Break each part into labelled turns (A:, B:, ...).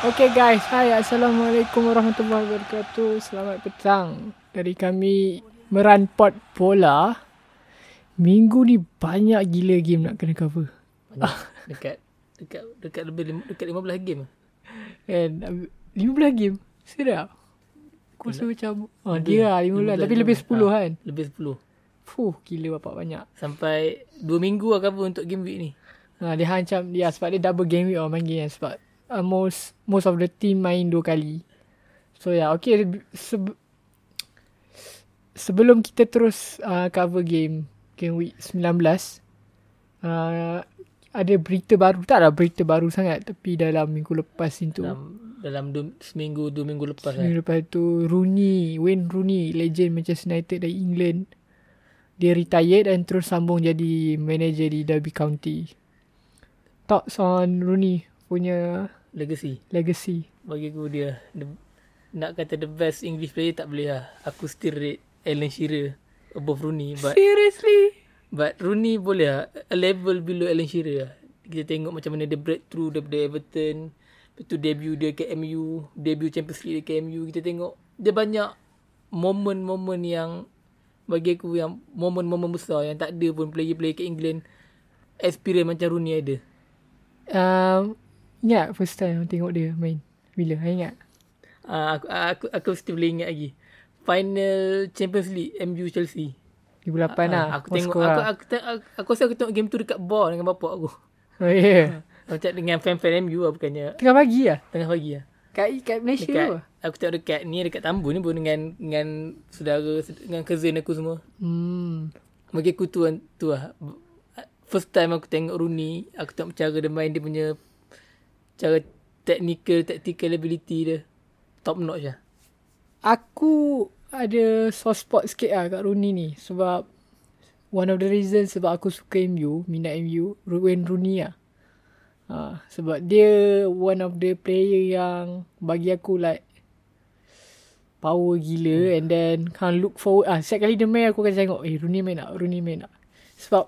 A: Okay guys, hai Assalamualaikum warahmatullahi wabarakatuh Selamat petang Dari kami Meranpot Bola Minggu ni banyak gila game nak kena cover
B: Dekat dekat dekat lebih lim, dekat 15 game. lah.
A: And um, 15 game Sedap Aku rasa macam oh, Dia lah 15 Tapi lebih 10 kan
B: Lebih 10.
A: Fuh gila bapak banyak
B: Sampai 2 minggu lah cover untuk game week ni.
A: ha, Dia macam Ya sebab dia double game week orang panggil kan Sebab uh, most Most of the team main dua kali So ya yeah, okay sebe- Sebelum kita terus uh, cover game Game week 19 uh, Ada berita baru Tak ada berita baru sangat Tapi dalam minggu lepas itu
B: Dalam dalam du, seminggu 2 minggu lepas kan.
A: Minggu Hmm, lepas tu Rooney Wayne Rooney Legend Manchester United dari England Dia retired dan terus sambung jadi Manager di Derby County Thoughts on Rooney punya
B: Legacy.
A: legacy
B: Bagi aku dia the, nak kata the best English player tak boleh lah. Aku still rate Alan Shearer above Rooney but
A: Seriously?
B: but Rooney boleh lah. A level below Alan Shearer lah. Kita tengok macam mana dia breakthrough daripada Everton. Lepas tu debut dia ke MU. Debut Champions League dia ke MU. Kita tengok dia banyak momen-momen yang bagi aku yang momen-momen besar yang tak ada pun player-player ke England experience macam Rooney ada.
A: Um, ingat first time tengok dia main Bila? Saya ingat
B: Ah, aku, aku, aku still boleh ingat lagi. Final Champions League MU Chelsea.
A: 2008 lah
B: Ah, aku tengok aku,
A: lah.
B: aku, te- aku, aku rasa aku tengok game tu dekat bar dengan bapak aku. Hmm.
A: Oh yeah
B: Macam dengan fan-fan MU lah bukannya
A: Tengah pagi lah
B: tengah pagi lah.
A: Kat, kat Malaysia
B: Dekat,
A: tu lah.
B: aku tengok dekat ni dekat Tambun ni pun dengan dengan saudara dengan cousin aku semua.
A: Hmm
B: Bagi aku tu kan- tu lah. First time aku tengok Rooney, aku tengok cara dia main dia punya cara technical, tactical ability dia top notch lah.
A: Aku ada soft spot sikit lah kat Rooney ni sebab one of the reason sebab aku suka MU, minat MU, Wayne Rooney lah. Ha, sebab dia one of the player yang bagi aku like power gila and then can look forward ah setiap kali dia main aku akan tengok eh Rooney main tak Rooney main tak sebab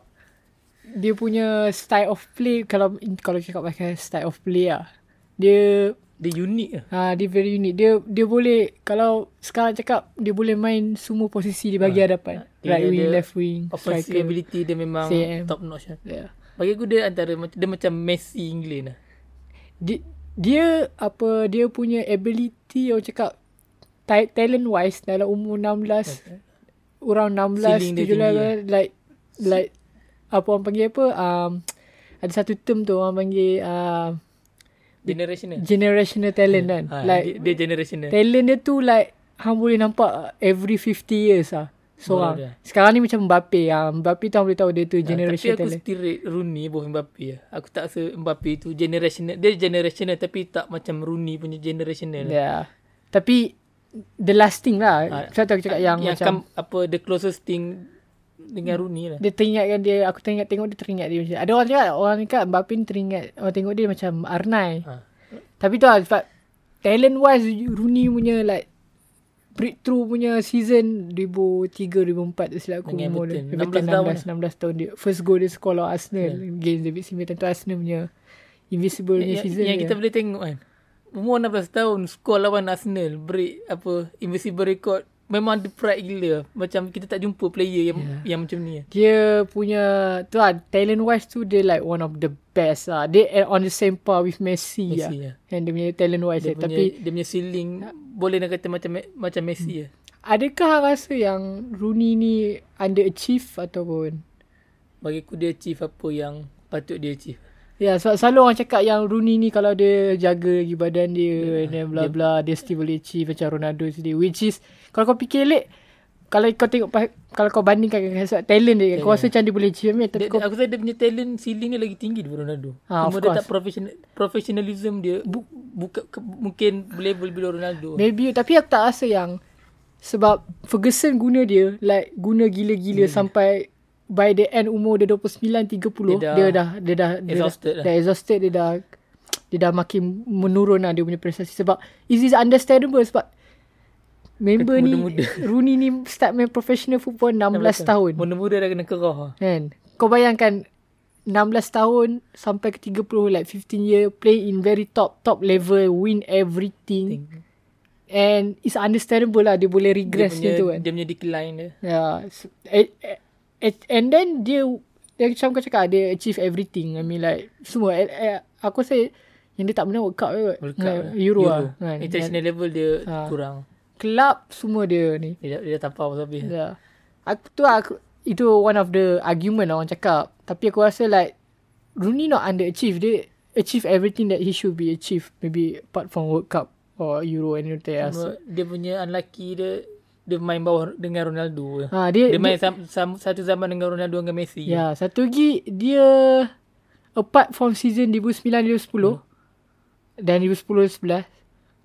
A: dia punya style of play kalau kalau cakap pakai style of play lah dia
B: Dia unik lah.
A: Ha, dia very unique. Dia dia boleh kalau sekarang cakap dia boleh main semua posisi di bahagian hadapan.
B: Ha. Dia
A: Right wing,
B: ada
A: left wing,
B: Offensive
A: Hmm, striker. Ya.
B: ability dia memang
A: CM.
B: top notch lah.
A: Yeah.
B: Bagi aku dia antara mac- dia macam Messi England lah.
A: Dia, dia apa dia punya ability orang cakap ta- talent wise dalam umur 16 okay. around 16
B: Ceiling dia tinggi eh?
A: 17 like like apa orang panggil apa um, ada satu term tu orang panggil uh,
B: Generational.
A: generational talent kan.
B: Ha,
A: like
B: dia, dia generational.
A: Talent dia tu like Hang boleh nampak every 50 years lah Seorang
B: Boleh
A: Sekarang ni macam Mbappe ah. Mbappe tu orang boleh tahu dia tu
B: Ah,
A: generation
B: tapi aku
A: talent
B: still rate Rooney bawah Mbappe lah. Aku tak rasa Mbappe tu generational. Dia generational tapi tak macam Rooney punya generational. lah.
A: yeah. Ya. Tapi The last thing lah
B: Ah,
A: Saya tahu aku cakap yang,
B: yang
A: macam
B: macam apa the closest thing dengan Rooney lah.
A: Dia teringatkan dia Aku teringat tengok dia teringat dia macam Ada orang cakap Orang cakap Mbappe ni teringat Orang tengok dia macam Arnai
B: Ha.
A: Tapi tu lah sebab Talent wise Rooney punya like Breakthrough punya season 2003-2004 tak silap aku
B: Dengan
A: umur
B: Everton.
A: dia.
B: 16
A: Everton 16, 16, tahun dia First goal dia score lawan Arsenal
B: Ya.
A: yeah. Against David Simon Tentu Arsenal punya Invisible punya
B: Yang,
A: season
B: yang
A: dia.
B: kita boleh tengok kan. Umur 16 tahun skor lawan Arsenal break apa invisible record memang ada pride gila. Macam kita tak jumpa player yang
A: Ya.
B: yeah. yang macam ni. lah.
A: dia punya tu lah talent wise tu dia like one of the best lah dia on the same par with Messi,
B: Messi
A: Messi lah
B: lah.
A: and dia punya talent wise
B: Dia
A: dia,
B: punya,
A: tapi
B: dia punya ceiling boleh nak kata macam macam Messi lah.
A: adakah hang rasa yang Rooney ni underachieve ataupun
B: Bagi aku dia achieve apa yang patut dia achieve.
A: Ya sebab selalu orang cakap yang Rooney ni kalau dia jaga lagi badan dia yeah, and then bla bla dia still boleh achieve macam Ronaldo sendiri which is kalau kau fikir elok kalau kau tengok pa- kalau kau bandingkan dengan sebab talent dia kau rasa macam dia boleh achieve meh tapi
B: Dia,
A: kau
B: aku rasa dia punya talent ceiling dia lagi tinggi daripada Ronaldo.
A: Ah, of
B: Cuma dia
A: course.
B: tak professional, professionalism dia bu, buka, ke, mungkin level bila Ronaldo.
A: maybe tapi aku tak rasa yang sebab Ferguson guna dia like guna gila-gila yeah. sampai by the end umur dia 29 30 dia
B: Dia dah-
A: dah dia dah dia dah dah,
B: Exhausted lah.
A: dah exhausted dia dah dia dah makin menurun lah dia punya prestasi sebab it is understandable sebab member ni
B: Muda-muda.
A: Rooney ni start main professional football 16 tahun
B: Mula-mula dah kena kerah.
A: kan kau bayangkan 16 tahun sampai ke 30 like 15 year play in very top top level win everything and it's understandable lah dia boleh regress
B: dia punya,
A: gitu kan
B: Dia punya decline dia.
A: Yeah. So, eh, eh, eh, and then dia dia macam kau cakap dia achieve everything. I mean like semua. Eh, eh, aku rasa yang dia tak pernah World Cup je kot.
B: World
A: Like,
B: Cup.
A: Euro, lah. Kan. Dan
B: International level dia
A: Ah.
B: kurang.
A: Club semua dia ni.
B: Dia, dia tapau tapi.
A: Yeah. Aku tu lah aku itu one of the argument lah orang cakap. Tapi aku rasa like Rooney not underachieve. Dia achieve everything that he should be achieved. Maybe apart from World Cup or Euro and everything else.
B: Cuma dia punya unlucky dia dia main bawah dengan Ronaldo.
A: Ha, dia,
B: Dia main sam, sam, satu zaman dengan Ronaldo dengan Messi.
A: Ya, yeah, satu lagi dia apart from season 2009-2010 hmm. dan 2010-11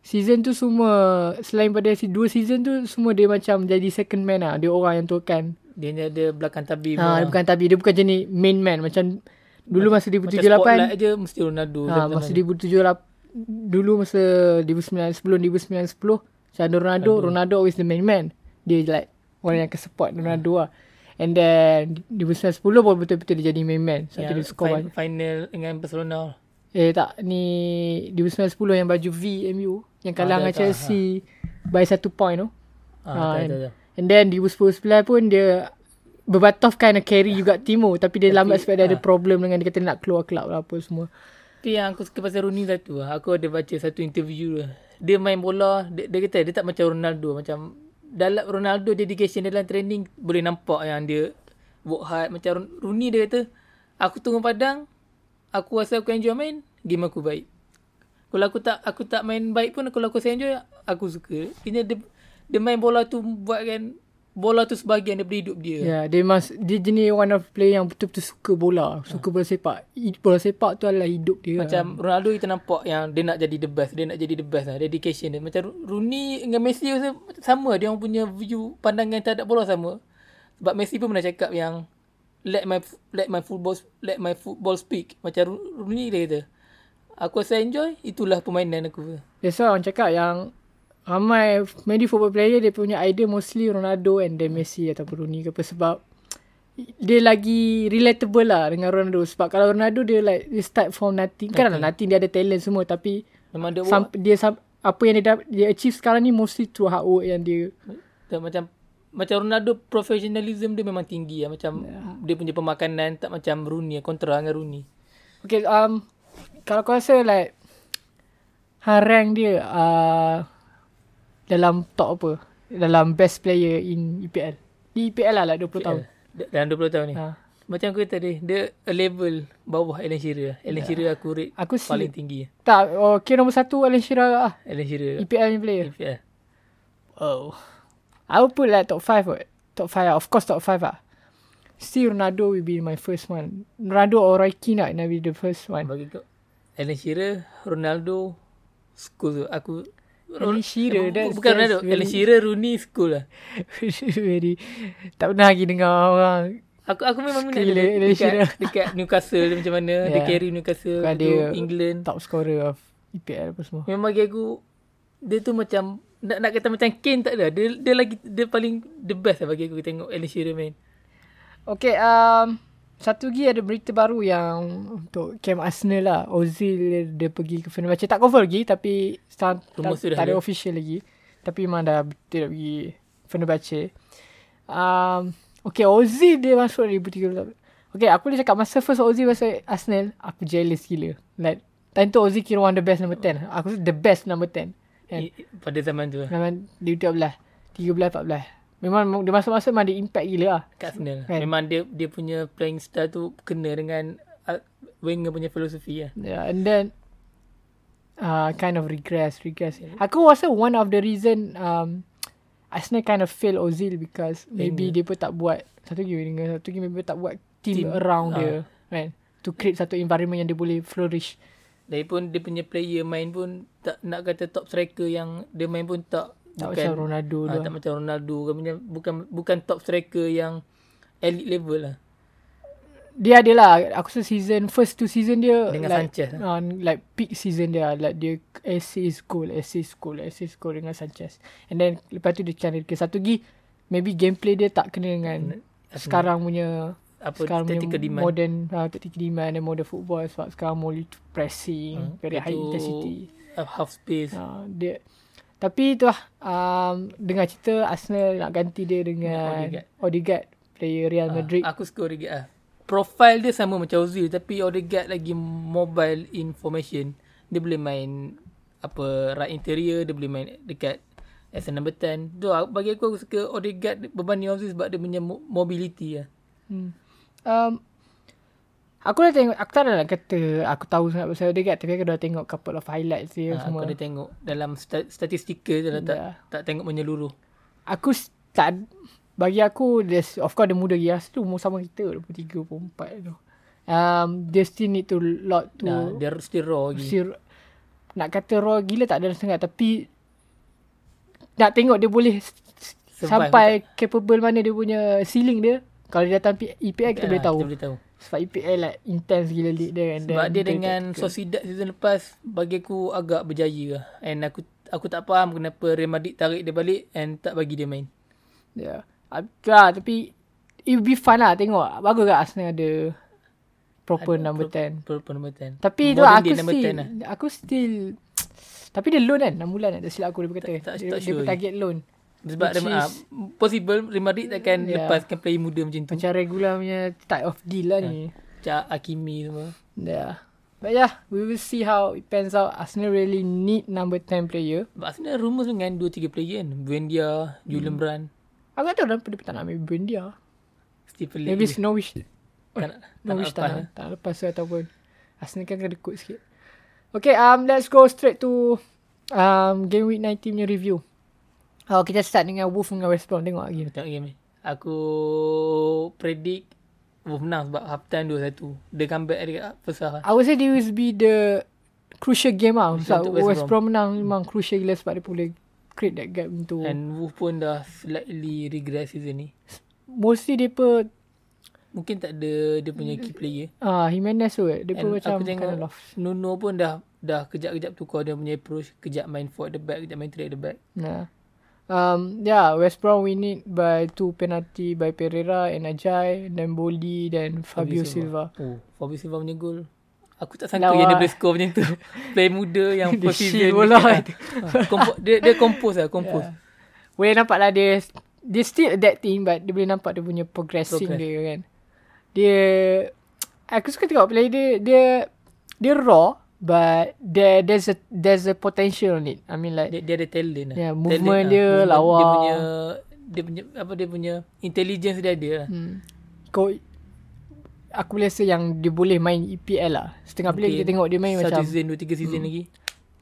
A: season tu semua selain pada si dua season tu semua dia macam jadi second man lah. Dia orang yang tuakan.
B: Dia ni ada belakang tabib.
A: Ha, dia bukan tapi dia bukan jenis main man macam dulu masa
B: Macam
A: 2078
B: spotlight je mesti Ronaldo.
A: ha,
B: zaman-zaman
A: masa 2078 dulu masa 2009 sebelum 2009 10 macam ada Ronaldo Ronaldo always the main man dia like orang yang akan support Ronaldo lah and then 2009 10 baru betul-betul dia jadi main man
B: yang
A: sampai dia score
B: fin- final dengan Barcelona.
A: Eh tak ni 2010 yang baju V MU yang kalah
B: Ah,
A: dengan
B: tak, tak,
A: Chelsea by satu point tu.
B: Ha,
A: Ah,
B: tak,
A: and,
B: tak, tak.
A: and then 2010-11 pun dia Berbatov kind of carry juga Timo tapi ha. dia lambat sebab dia ada problem dengan dia kata nak keluar club lah apa semua.
B: Tapi yang aku suka pasal Rooney satu lah. Aku ada baca satu interview dia. Dia main bola, dia, dia kata dia tak macam Ronaldo. Macam dalam Ronaldo dedication dalam training boleh nampak yang dia work hard. Macam Ron- Rooney dia kata, aku tunggu padang, aku rasa aku enjoy main, game aku baik. Kalau aku tak aku tak main baik pun kalau aku saya enjoy, aku suka. Kini dia, dia main bola tu buatkan bola tu sebahagian daripada hidup dia.
A: Ya, yeah, dia mas dia jenis one of player yang betul-betul suka bola, suka bola sepak. I- Bola sepak tu adalah hidup dia.
B: Macam Ronaldo kita nampak yang dia nak jadi the best, dia nak jadi the best lah, dedication dia. Macam Rooney dengan Messi rasa sama, dia orang punya view pandangan terhadap bola sama. Sebab Messi pun pernah cakap yang let my let my football let my football speak. Macam Ro- Rooney dia kata, aku rasa enjoy, itulah permainan aku.
A: That's why orang cakap yang ramai many football player dia punya idea mostly Ronaldo and then Messi ataupun Rooney ke apa sebab dia lagi relatable lah dengan Ronaldo sebab kalau Ronaldo dia like dia start from nothing kan lah nothing dia ada talent semua tapi
B: Memang dia
A: sam, dia sam, apa yang dia dap- dia achieve sekarang ni mostly through hard work yang dia
B: Dan macam macam Ronaldo professionalism dia memang tinggi lah. Macam dia punya pemakanan tak macam Rooney, kontra dengan Rooney.
A: Okay, um, kalau kau rasa like harang dia uh, dalam top apa? Dalam best player in EPL. Di EPL lah like 20 tahun.
B: Da- Dalam 20 tahun ni.
A: Ha.
B: Macam aku kata tadi, dia a level bawah Alan Shearer. lah. Alan
A: Ya.
B: Shearer aku rate
A: Aku see-
B: paling tinggi.
A: Tak, oh, okay nombor satu Alan Shearer lah.
B: Alan Shearer.
A: EPL ni player.
B: EPL.
A: Oh. I would put like top 5 kot. Top 5 lah. Of course top 5 lah. Still Ronaldo will be my first one. Ronaldo or Roy Keane lah. Will be the first one.
B: Bagi kau, Alan Shearer, Ronaldo, school tu. Aku,
A: Alan Shearer,
B: Bu-
A: that's-
B: bukan
A: that's
B: Ronaldo. Alan
A: really-
B: Shearer, Rooney, school lah.
A: Very. Tak pernah lagi dengar orang
B: Aku aku memang minat
A: Gila,
B: dia
A: Alan Shearer.
B: dekat, dekat Newcastle dia macam mana. Dia
A: Yeah.
B: carry Newcastle,
A: Bukan
B: tu
A: dia-
B: England.
A: top scorer of EPL apa semua.
B: Memang bagi aku, dia tu macam, nak, nak kata macam Kane tak ada. Dia, dia lagi, dia paling the best lah bagi aku tengok Alan Shearer main.
A: Okay, um, satu lagi ada berita baru yang untuk camp Arsenal lah. Ozil dia, dia pergi ke final. Macam tak confirm lagi tapi tak,
B: Rumour
A: tak,
B: sudah
A: tak ada
B: ada.
A: official lagi. Tapi memang dah dia dah pergi Fenerbahce. Um, okay, Ozil dia masuk 2013. Okay, aku boleh cakap masa first Ozil masuk Arsenal, aku jealous gila. Like, time tu Ozil kira one of the best number 10. Aku rasa the best number 10. And
B: I- Pada zaman tu. lah.
A: memang dia lah. 12, 13, 14. Memang dia masuk-masuk memang dia impact gila lah.
B: kat Arsenal.
A: Kan?
B: Kan. Memang dia dia punya playing style tu kena dengan uh, Wenger punya filosofi lah.
A: Yeah, Ya, and then uh, kind of regress, regress. Aku rasa one of the reason um, Arsenal kind of fail Ozil because maybe dia pun tak buat satu lagi dengan satu lagi maybe tak buat team,
B: Team,
A: around
B: ah.
A: dia, right? To create satu environment yang dia boleh flourish.
B: Lagipun dia punya player main pun tak nak kata top striker yang dia main pun tak
A: Tak macam Ronaldo lah.
B: ah,
A: tu.
B: tak macam Ronaldo ke punya bukan bukan top striker yang elite level lah.
A: Dia adalah aku rasa season first two season dia
B: Dengan
A: like,
B: Sanchez. lah.
A: uh, like peak season dia lah. like dia assist goal, assist goal, assist goal dengan Sanchez. And then lepas tu dia cari ke satu lagi maybe gameplay dia tak kena dengan sekarang punya
B: apa
A: sekarang punya
B: tactical demand
A: modern uh, tactical demand dan modern football sebab sekarang more to pressing
B: Hmm,
A: hmm, very high
B: itu
A: intensity
B: uh, half space
A: uh, dia tapi tu lah um, dengar cerita Arsenal nak ganti dia dengan
B: Odegaard. Ah,
A: Odegaard player Real Madrid
B: Aku suka Odegaard lah. Profile dia sama macam Ozil tapi Odegaard lagi mobile in formation. Dia boleh main apa right interior, dia boleh main dekat as a number 10. Tu aku- bagi aku aku suka Odegaard berbanding Ozil sebab dia punya mo- mobility lah.
A: Hmm. Um, aku dah tengok, aku tak ada nak kata aku tahu sangat pasal dia kat, tapi aku dah tengok couple of highlights dia ha,
B: Ha,
A: semua.
B: aku
A: Aku,
B: dah tengok dalam sta- statistika je lah tak,
A: Ya.
B: tak tengok menyeluruh.
A: aku s- tak, bagi aku, there's- of course dia muda gila, tu umur sama kita, 23, 24 tu. Um, dia still need to lot to,
B: Nah, dia still raw lagi.
A: still, nak kata raw gila tak ada sangat, tapi nak tengok dia boleh s- s-
B: Survive
A: sampai capable mana dia punya ceiling dia. Kalau dia datang P- EPL kita
B: Ah,
A: boleh tahu.
B: Kita boleh tahu.
A: Sebab EPL like intense gila league dia. and
B: Sebab
A: then
B: dia
A: play
B: dengan
A: tactical.
B: Sociedad season lepas bagi aku agak berjaya lah. And aku aku tak faham kenapa Real Madrid tarik dia balik and tak bagi dia main.
A: Ya. Yeah. Lah, tapi it will be fun lah tengok. Bagus kat Arsenal ada proper ada number 10.
B: Pro, pro number 10.
A: Tapi tu
B: Modern
A: lah, aku
B: day number
A: still
B: 10 lah.
A: aku still tapi dia loan kan 6 bulan tak silap aku dia berkata.
B: Tak- tak-
A: dia,
B: tak
A: dia
B: sure.
A: bertarget loan.
B: Sebab
A: Which Ya.
B: dia, ah, possible Real Madrid takkan
A: Yeah.
B: yeah. lepaskan player muda macam tu.
A: Macam regular punya type of deal lah ni.
B: Macam Hakimi semua.
A: Yeah. But yeah, we will see how it pans out. Arsenal really need number 10 player.
B: Sebab sebenarnya rumus dengan 2-3 player kan. Buendia, Julian
A: Hmm.
B: Brand,
A: Aku tak tahu kenapa dia tak nak ambil Buendia.
B: Stephen Lee.
A: Maybe it's Norwich.
B: tak nak, tak nak
A: Norwich
B: lepas.
A: tak,
B: lah.
A: nak- tak nak lepas ke ataupun Arsenal kan kena dekut sikit. Okay, um, let's go straight to um, game week 19 punya review. Oh, kita start dengan Wolf dengan West Brom. Tengok lagi.
B: Kita Tengok game ni. Aku predict Wolf menang sebab half time 2-1. Dia comeback dekat first half. lah.
A: I would say this will be the crucial game lah.
B: Crucial
A: Sebab
B: untuk West
A: West Brom menang memang crucial gila sebab dia boleh create that gap into
B: And Wolf pun dah slightly regress season ni.
A: mostly dia pun
B: Mungkin tak ada dia punya key player.
A: ah Jimenez tu eh. dia pun
B: And
A: macam
B: aku tengok
A: kind of lost.
B: Nuno pun dah dah kejap-kejap tukar dia punya approach. Kejap main forward the back, kejap main trade the back.
A: Nah. Um, yeah, West Brom win it by two penalty by Pereira and Ajay, then Boldi, then Fabio Silva.
B: Oh, Fabio Silva punya gol. Aku tak sangka
A: Lawa.
B: yang dia boleh score macam tu. Player muda yang
A: Dia
B: first
A: shield
B: season.
A: bola.
B: ni. Ah, kompo- dia, dia compose lah, compose. Yeah.
A: Boleh nampak lah dia, dia still adapting but dia boleh nampak dia punya progressing
B: Progress.
A: Progress. dia kan. Dia, aku suka tengok player dia, dia, dia raw but there, there's a there's a potential on it. I mean like,
B: Dia, dia ada talent lah.
A: Yeah,
B: Talent
A: movement dia lawa.
B: Dia punya, dia punya, apa dia punya, intelligence dia ada lah.
A: hmm, kau, aku boleh rasa yang dia boleh main EPL lah. Setengah okay. player kita tengok dia main
B: Satu
A: macam Hmm.
B: season, dua, tiga season lagi.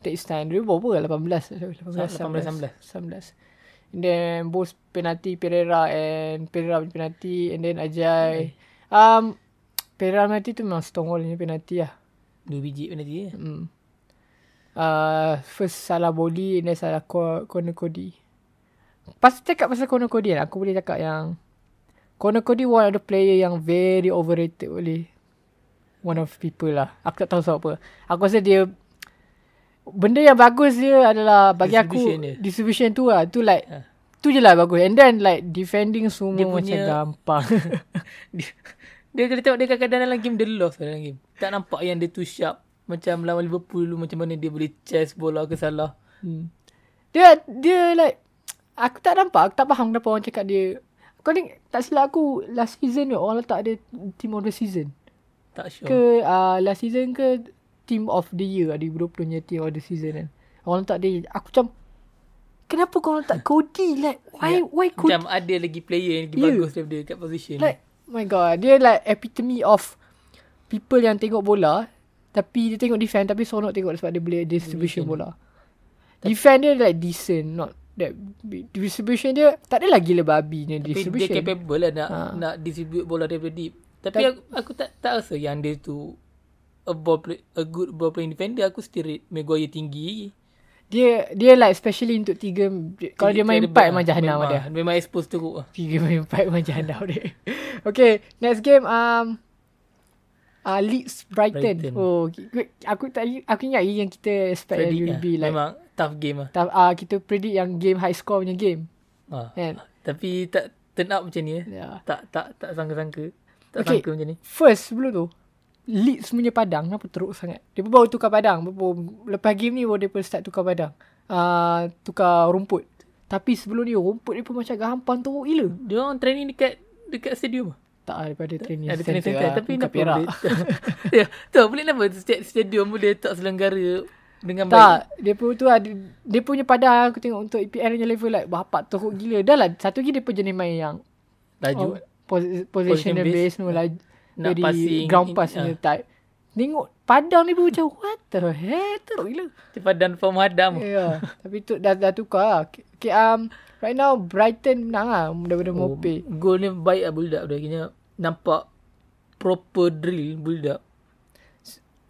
A: takes time. Dia berapa? 18? 18, 19. 19.
B: 18,
A: And then both penalti Pereira and Pereira punya penalti and then Ajay. Um, Pereira penalti tu memang stronghold punya penalti lah.
B: Dua biji pun nanti ya.
A: Hmm. Uh, first salah boli and then salah co- corner Cody. Pas cakap pasal corner Cody kan, aku boleh cakap yang corner Cody one of the player yang very overrated oleh one of people lah. Aku tak tahu sebab apa. Aku rasa dia benda yang bagus dia adalah bagi
B: Distribution
A: aku
B: dia.
A: distribution tu lah. Tu like
B: Ha.
A: tu je lah bagus. And then like defending semua
B: Dia
A: dia macam
B: punya-
A: gampang.
B: dia, dia kena tengok dia kadang-kadang dalam game dia lost dalam game. Tak nampak yang dia too sharp. Macam lawan Liverpool dulu macam mana dia boleh chase bola ke salah.
A: Hmm. Dia dia like aku tak nampak, aku tak faham kenapa orang cakap dia kau ni tak silap aku last season ni orang letak dia team of the season
B: Tak sure. Ke,
A: ke uh, last season ke team of the year 2020 punya team of the season kan. Orang letak dia aku macam kenapa kau letak Cody like why yeah. why Cody
B: macam ada lagi player yang lagi
A: Yeah.
B: bagus daripada dia kat position.
A: Ya. like my god dia like epitome of people yang tengok bola tapi dia tengok defend tapi seronok tengok sebab dia boleh distribution bola defend dia like decent not that big. distribution dia tak adalah gila babinya
B: Tapi dia
A: distribution
B: capable lah nak,
A: Ha.
B: nak distribute bola daripada deep. Tapi
A: Tak-
B: aku, aku tak tak rasa yang dia tu a, ball play, a good ball playing defender. Aku still rate Maguire tinggi.
A: dia dia like especially untuk tiga kalau dia main empat memang jahanam
B: lah. memang,
A: dia
B: Memang expose teruk lah.
A: Tiga main empat memang jahanam dia. Okay, next game um uh, Leeds Brighton. Brighton.
B: Brighton.
A: Oh, ki- aku tak aku ingat yang kita expect
B: Predict
A: yang will
B: lah.
A: be like
B: Memang tough game lah.
A: ta- uh, kita predict yang game high score punya game.
B: Ha.
A: Kan?
B: Tapi tak turn up macam ni eh.
A: Yeah.
B: tak tak tak sangka-sangka. Tak
A: Okay.
B: okay. sangka macam ni.
A: First sebelum tu Leeds punya padang Kenapa teruk sangat Dia pun baru tukar padang baru, Lepas game ni Baru dia pun start tukar padang uh, Tukar rumput Tapi sebelum ni Rumput dia pun macam Gampang teruk gila
B: Dia orang training dekat dekat stadium ah.
A: Tak lah daripada training
B: Ada training
A: centre
B: center
A: lah.
B: tapi
A: Bukan
B: kenapa
A: Perak.
B: boleh Ya, tu boleh kenapa setiap stadium boleh tak selenggara dengan baik.
A: Tak, dia pun tu ada dia punya padang aku tengok untuk EPL punya level like bapak teruk gila. Dah lah satu lagi dia pun jenis main yang oh,
B: Laju.
A: posi- positional
B: base.
A: base, no lah
B: Nak
A: very
B: passing,
A: ground
B: in-
A: pass
B: ah.
A: punya type. Tengok padang ni pun macam what the hell teruk gila.
B: Cepat dan form hadam.
A: Ya, yeah, tapi tu dah dah tukar lah. Okay, um, right now Brighton menang lah daripada oh. Mope.
B: Gol ni baik lah build up dia. Kena nampak proper drill build up.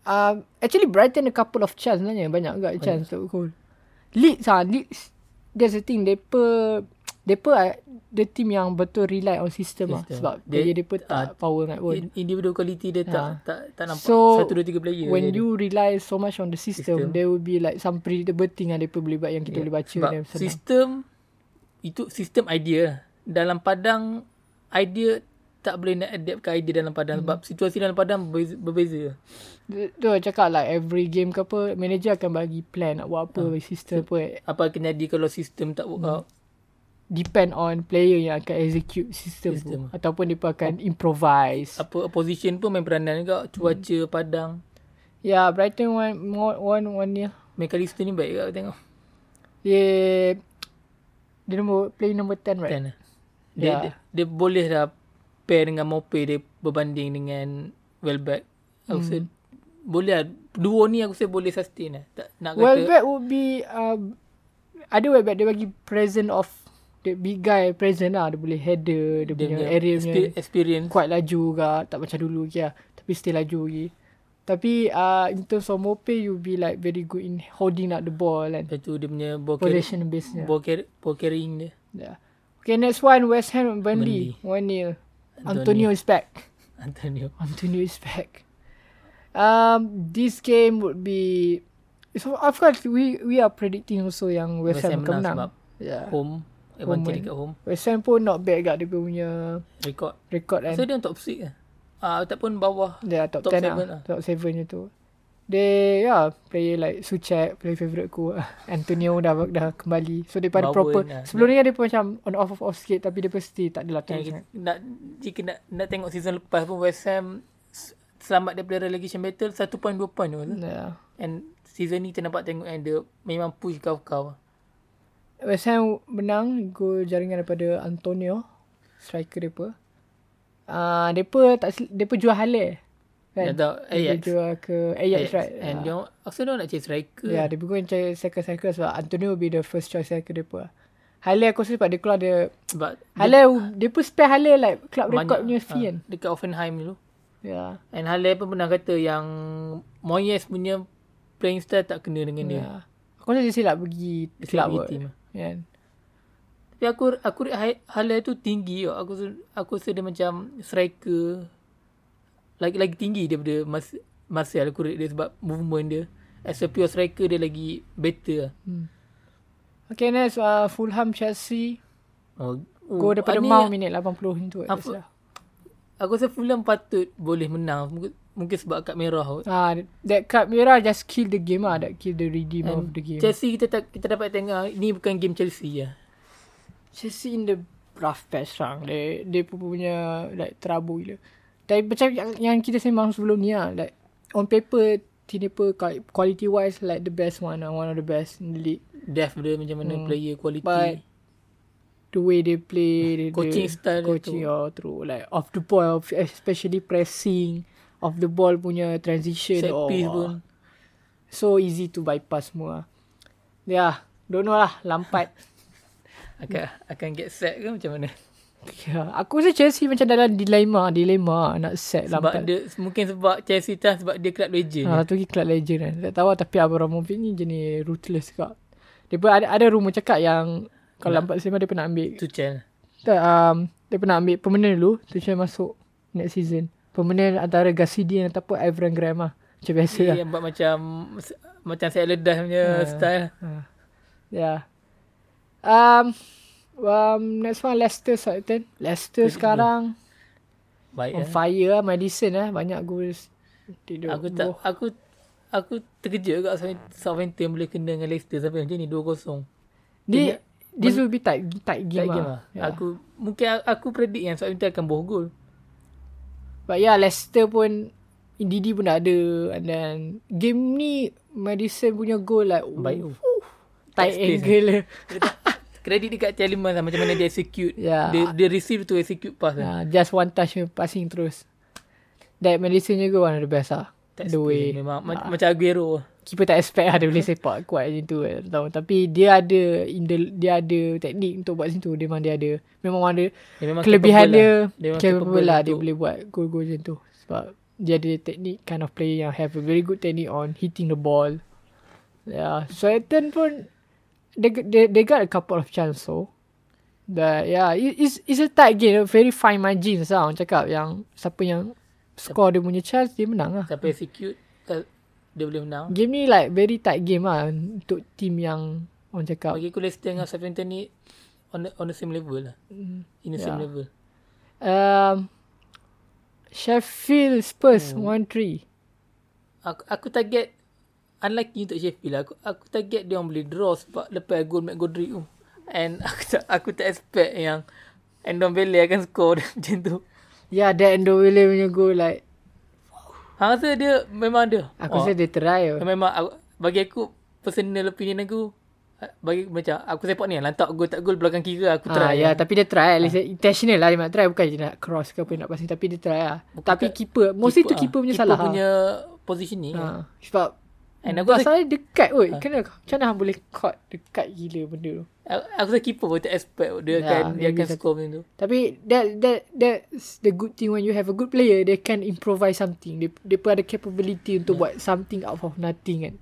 A: Um, actually Brighton a couple of chance sebenarnya banyak juga chance untuk gol. Leeds ah Leeds that's the thing depa depa ah, the team yang betul rely on system, lah
B: System. ah,
A: sebab
B: Dia-
A: dia depa tak power sangat pun. Ha.
B: In- Individual quality dia tak tak tak nampak.
A: So,
B: Satu, dua, tiga player. kan.
A: When
B: je.
A: you rely so much on the system,
B: Ya, System. Ya,
A: there will be like some predictable thing yang depa boleh buat yang kita boleh baca
B: Sebab
A: dan senang.
B: sistem itu sistem idea lah. dalam padang idea tak boleh nak adapt ke idea dalam
A: Hmm.
B: padang sebab situasi dalam padang berbeza, berbeza.
A: Tu lah cakap like every game ke apa, manager akan bagi plan nak buat
B: Ah,
A: apa, system apa.
B: apa akan jadi kalau sistem tak work
A: Hmm.
B: out
A: Depend on player yang akan execute system,
B: System.
A: tu. Ataupun depa akan improvise.
B: apa opposition pun main peranan juga cuaca
A: Hmm.
B: padang
A: Yeah, Ya, Brighton one one one one ni. lah.
B: McAllister ni baik juga aku tengok
A: Dia dia nombor play number 10 right? 10.
B: kan dia,
A: Ya.
B: dia, dia boleh dah pair dengan Mope dia berbanding dengan Welbeck
A: Hmm.
B: aku rasa boleh lah duo ni aku rasa boleh sustain lah tak, nak kata
A: Welbeck would be uh, ada Welbeck dia bagi present of the big guy present lah dia boleh header dia,
B: dia
A: punya
B: punya
A: area punya
B: exper- experience
A: quite laju juga tak macam dulu lagi lah tapi still laju lagi tapi uh, in terms of Mope you be like very good in holding up the ball and
B: lepas tu dia punya ball, carry,
A: possession base yeah.
B: ball, carry, ball carrying dia
A: yeah. okay next one West Ham and Burnley 1-0 Antonio is back
B: Antonio
A: Antonio is back. Um, this game would be. So of course we we are predicting also yang West
B: West
A: Ham
B: Ham
A: akan
B: menang
A: menang.
B: sebab
A: Yeah.
B: home advantage
A: eh.
B: dekat home
A: West Ham pun not bad kat dia punya
B: record
A: record kan.
B: so dia top 6 lah uh, ataupun bawah
A: yeah, top,
B: top
A: 10
B: seven
A: lah.
B: lah.
A: Top 7 je tu. They yeah, player like Sucek, player favourite ku. Antonio dah dah kembali. So daripada
B: Bowen
A: proper.
B: lah.
A: Sebelum ni kan dia pun macam on off off off sikit tapi dia pasti tak adalah
B: Yang
A: teruk sangat.
B: kita- nak jika nak nak tengok season lepas pun West Ham s- selamat daripada relegation battle 1 point 2 point tu.
A: Yeah.
B: And season ni kita nampak tengok yang dia memang push kau-kau.
A: West Ham menang gol jaringan daripada Antonio striker depa. Ah uh, depa tak sel- depa jual Hale.
B: Dia
A: Kan?
B: tahu
A: Dia
B: Ajax.
A: jual ke Ajax, Ajax right.
B: eh,
A: Ah.
B: And dia orang- aku rasa dia orang nak cari striker.
A: Ya, yeah, dia pun cari striker-striker sebab Antonio will be the first choice striker depa. Hale aku rasa sebab dia keluar dia
B: Sebab
A: Hale dia pun spare Hale like club record punya fee
B: ah,
A: kan.
B: dekat Offenheim dulu.
A: Ya. Yeah.
B: And Halil pun pernah kata yang Moyes punya playing style tak kena dengan
A: Yeah.
B: dia.
A: ya. Aku rasa dia silap pergi
B: Dia
A: club.
B: bagi
A: kot.
B: team.
A: Kan.
B: Tapi aku aku rate Halil tu tinggi tau. Aku rasa- aku rasa dia macam striker lagi lagi tinggi daripada Mas Martial aku rate dia sebab movement dia. As a pure striker dia lagi better. lah.
A: Okay next uh, Fulham Chelsea.
B: Oh,
A: Go daripada
B: ni-
A: Mount minit 80 ni tu.
B: Apa-
A: Apa?
B: Aku rasa Fulham patut boleh menang. Mungkin, mungkin sebab kad merah kot.
A: Ah, that card merah just kill the game ah, that kill the redeem of the game.
B: Chelsea kita tak, kita dapat tengok ni bukan game Chelsea lah.
A: Chelsea in the rough patch sekarang. Dia dia pun punya like trouble gila. Tapi macam yang, yang kita sembang sebelum ni ah, like on paper Tinepa quality wise like the best one ah, one of the best in the league.
B: Depth dia macam mana player quality.
A: Hmm. But the way they play, they,
B: Coaching
A: they,
B: style dia
A: coaching
B: tu.
A: all through like off the ball, of- especially pressing, off the ball punya transition.
B: set
A: oh,
B: piece
A: wah.
B: pun.
A: So easy to bypass semua. Yeah, don't know lah. Lampat.
B: Akan, akan get set ke macam mana?
A: yeah. Ya, Aku rasa Chelsea macam dalam dilema. Dilema nak set
B: Sebab
A: Lampat.
B: dia mungkin sebab Chelsea tak sebab dia club legend.
A: Ha, satu lagi club legend kan. Tak tahu lah, tapi Abramovich ni jenis ruthless juga. Dia pun ada, ada rumor cakap yang kalau Lampard Lampat Sema dia pernah ambil.
B: Tu channel.
A: Tak, um, dia pernah ambil permanent dulu. Tu macam masuk next season. Permanent antara Gassidian ataupun Ivan Graham lah. Macam biasa lah. Ah.
B: Dia yang buat macam macam saya ledas punya style.
A: Yeah. Um, um, next one Leicester Southampton. Leicester sekarang
B: Baik
A: On
B: eh.
A: fire lah Madison lah Banyak gol Tidur
B: Aku tak aku aku terkejut juga Southampton- Southampton boleh kena dengan Leicester sampai macam ni 2-0.
A: Dia This will be tight Tight game,
B: Tak game
A: lah
B: lah. Aku mungkin a- aku predict yang Southampton akan boh gol.
A: But yeah Leicester pun Ndidi pun dah ada And then Game ni Madison punya goal like
B: Baik. eh.
A: oh, Tight
B: Tak space,
A: angle lah
B: Kredit dekat Tielemans lah macam mana dia execute.
A: Ya.
B: Dia, dia receive tu execute pass. lah.
A: uh, Just one touch punya Passing terus That Madison juga one of the best lah
B: Tak
A: The
B: space
A: way Ah.
B: Memang ma- macam Aguero.
A: Keeper tak expect lah Dia boleh sepak kuat macam tu eh, tahu. Tapi dia ada in the, Dia ada teknik untuk buat macam tu Dia memang dia ada Memang ada
B: Dia memang
A: Kelebihan
B: capable
A: dia
B: lah. Dia memang
A: Capable lah Dia
B: untuk-
A: boleh buat Gol-gol macam tu Sebab Dia ada teknik Kind of player yang have A very good technique on Hitting the ball Yeah Southampton pun they, they, they got a couple of chance so But yeah it, it's, it's a tight game a Very fine margin lah Orang cakap yang Siapa yang Score dia punya chance Dia menang lah
B: Sampai execute tak- dia boleh menang.
A: Game ni like very tight game lah untuk team yang orang cakap.
B: Bagi aku Leicester dengan Southampton ni on the, on the same level lah. In the same
A: Ya.
B: level.
A: Um, Sheffield Spurs 1-3.
B: Aku, aku target unlucky untuk Sheffield lah. Aku, aku target dia orang boleh draw sebab lepas gol McGoldrick tu. oh. And aku tak, aku tak expect yang Endon Bele akan score macam tu.
A: Yeah, that Endo William punya goal like
B: Hang rasa dia memang ada.
A: aku rasa dia try.
B: Dia
A: Oh.
B: Memang aku, bagi aku personal opinion aku bagi macam aku sepak ni lah. lantak gol tak gol belakang kira aku
A: Ah,
B: try.
A: yeah, tapi dia try. At least intentional lah dia nak try. Bukan dia nak cross ke apa dia nak passing. Tapi dia try lah. tapi keeper. Mostly tu
B: ah,
A: keeper punya salah. Punya,
B: punya positioning.
A: ha. Sebab
B: And aku rasa
A: Pasal dia dekat kot. Kena, macam mana hang boleh caught dekat gila benda tu.
B: aku aku rasa keeper pun tak expect dia
A: Ya,
B: akan dia
A: maybe
B: akan
A: satu-
B: score macam tu.
A: Tapi that that that's the good thing when you have a good player they can improvise something. They they pun ada capability untuk yeah. buat something out of nothing kan.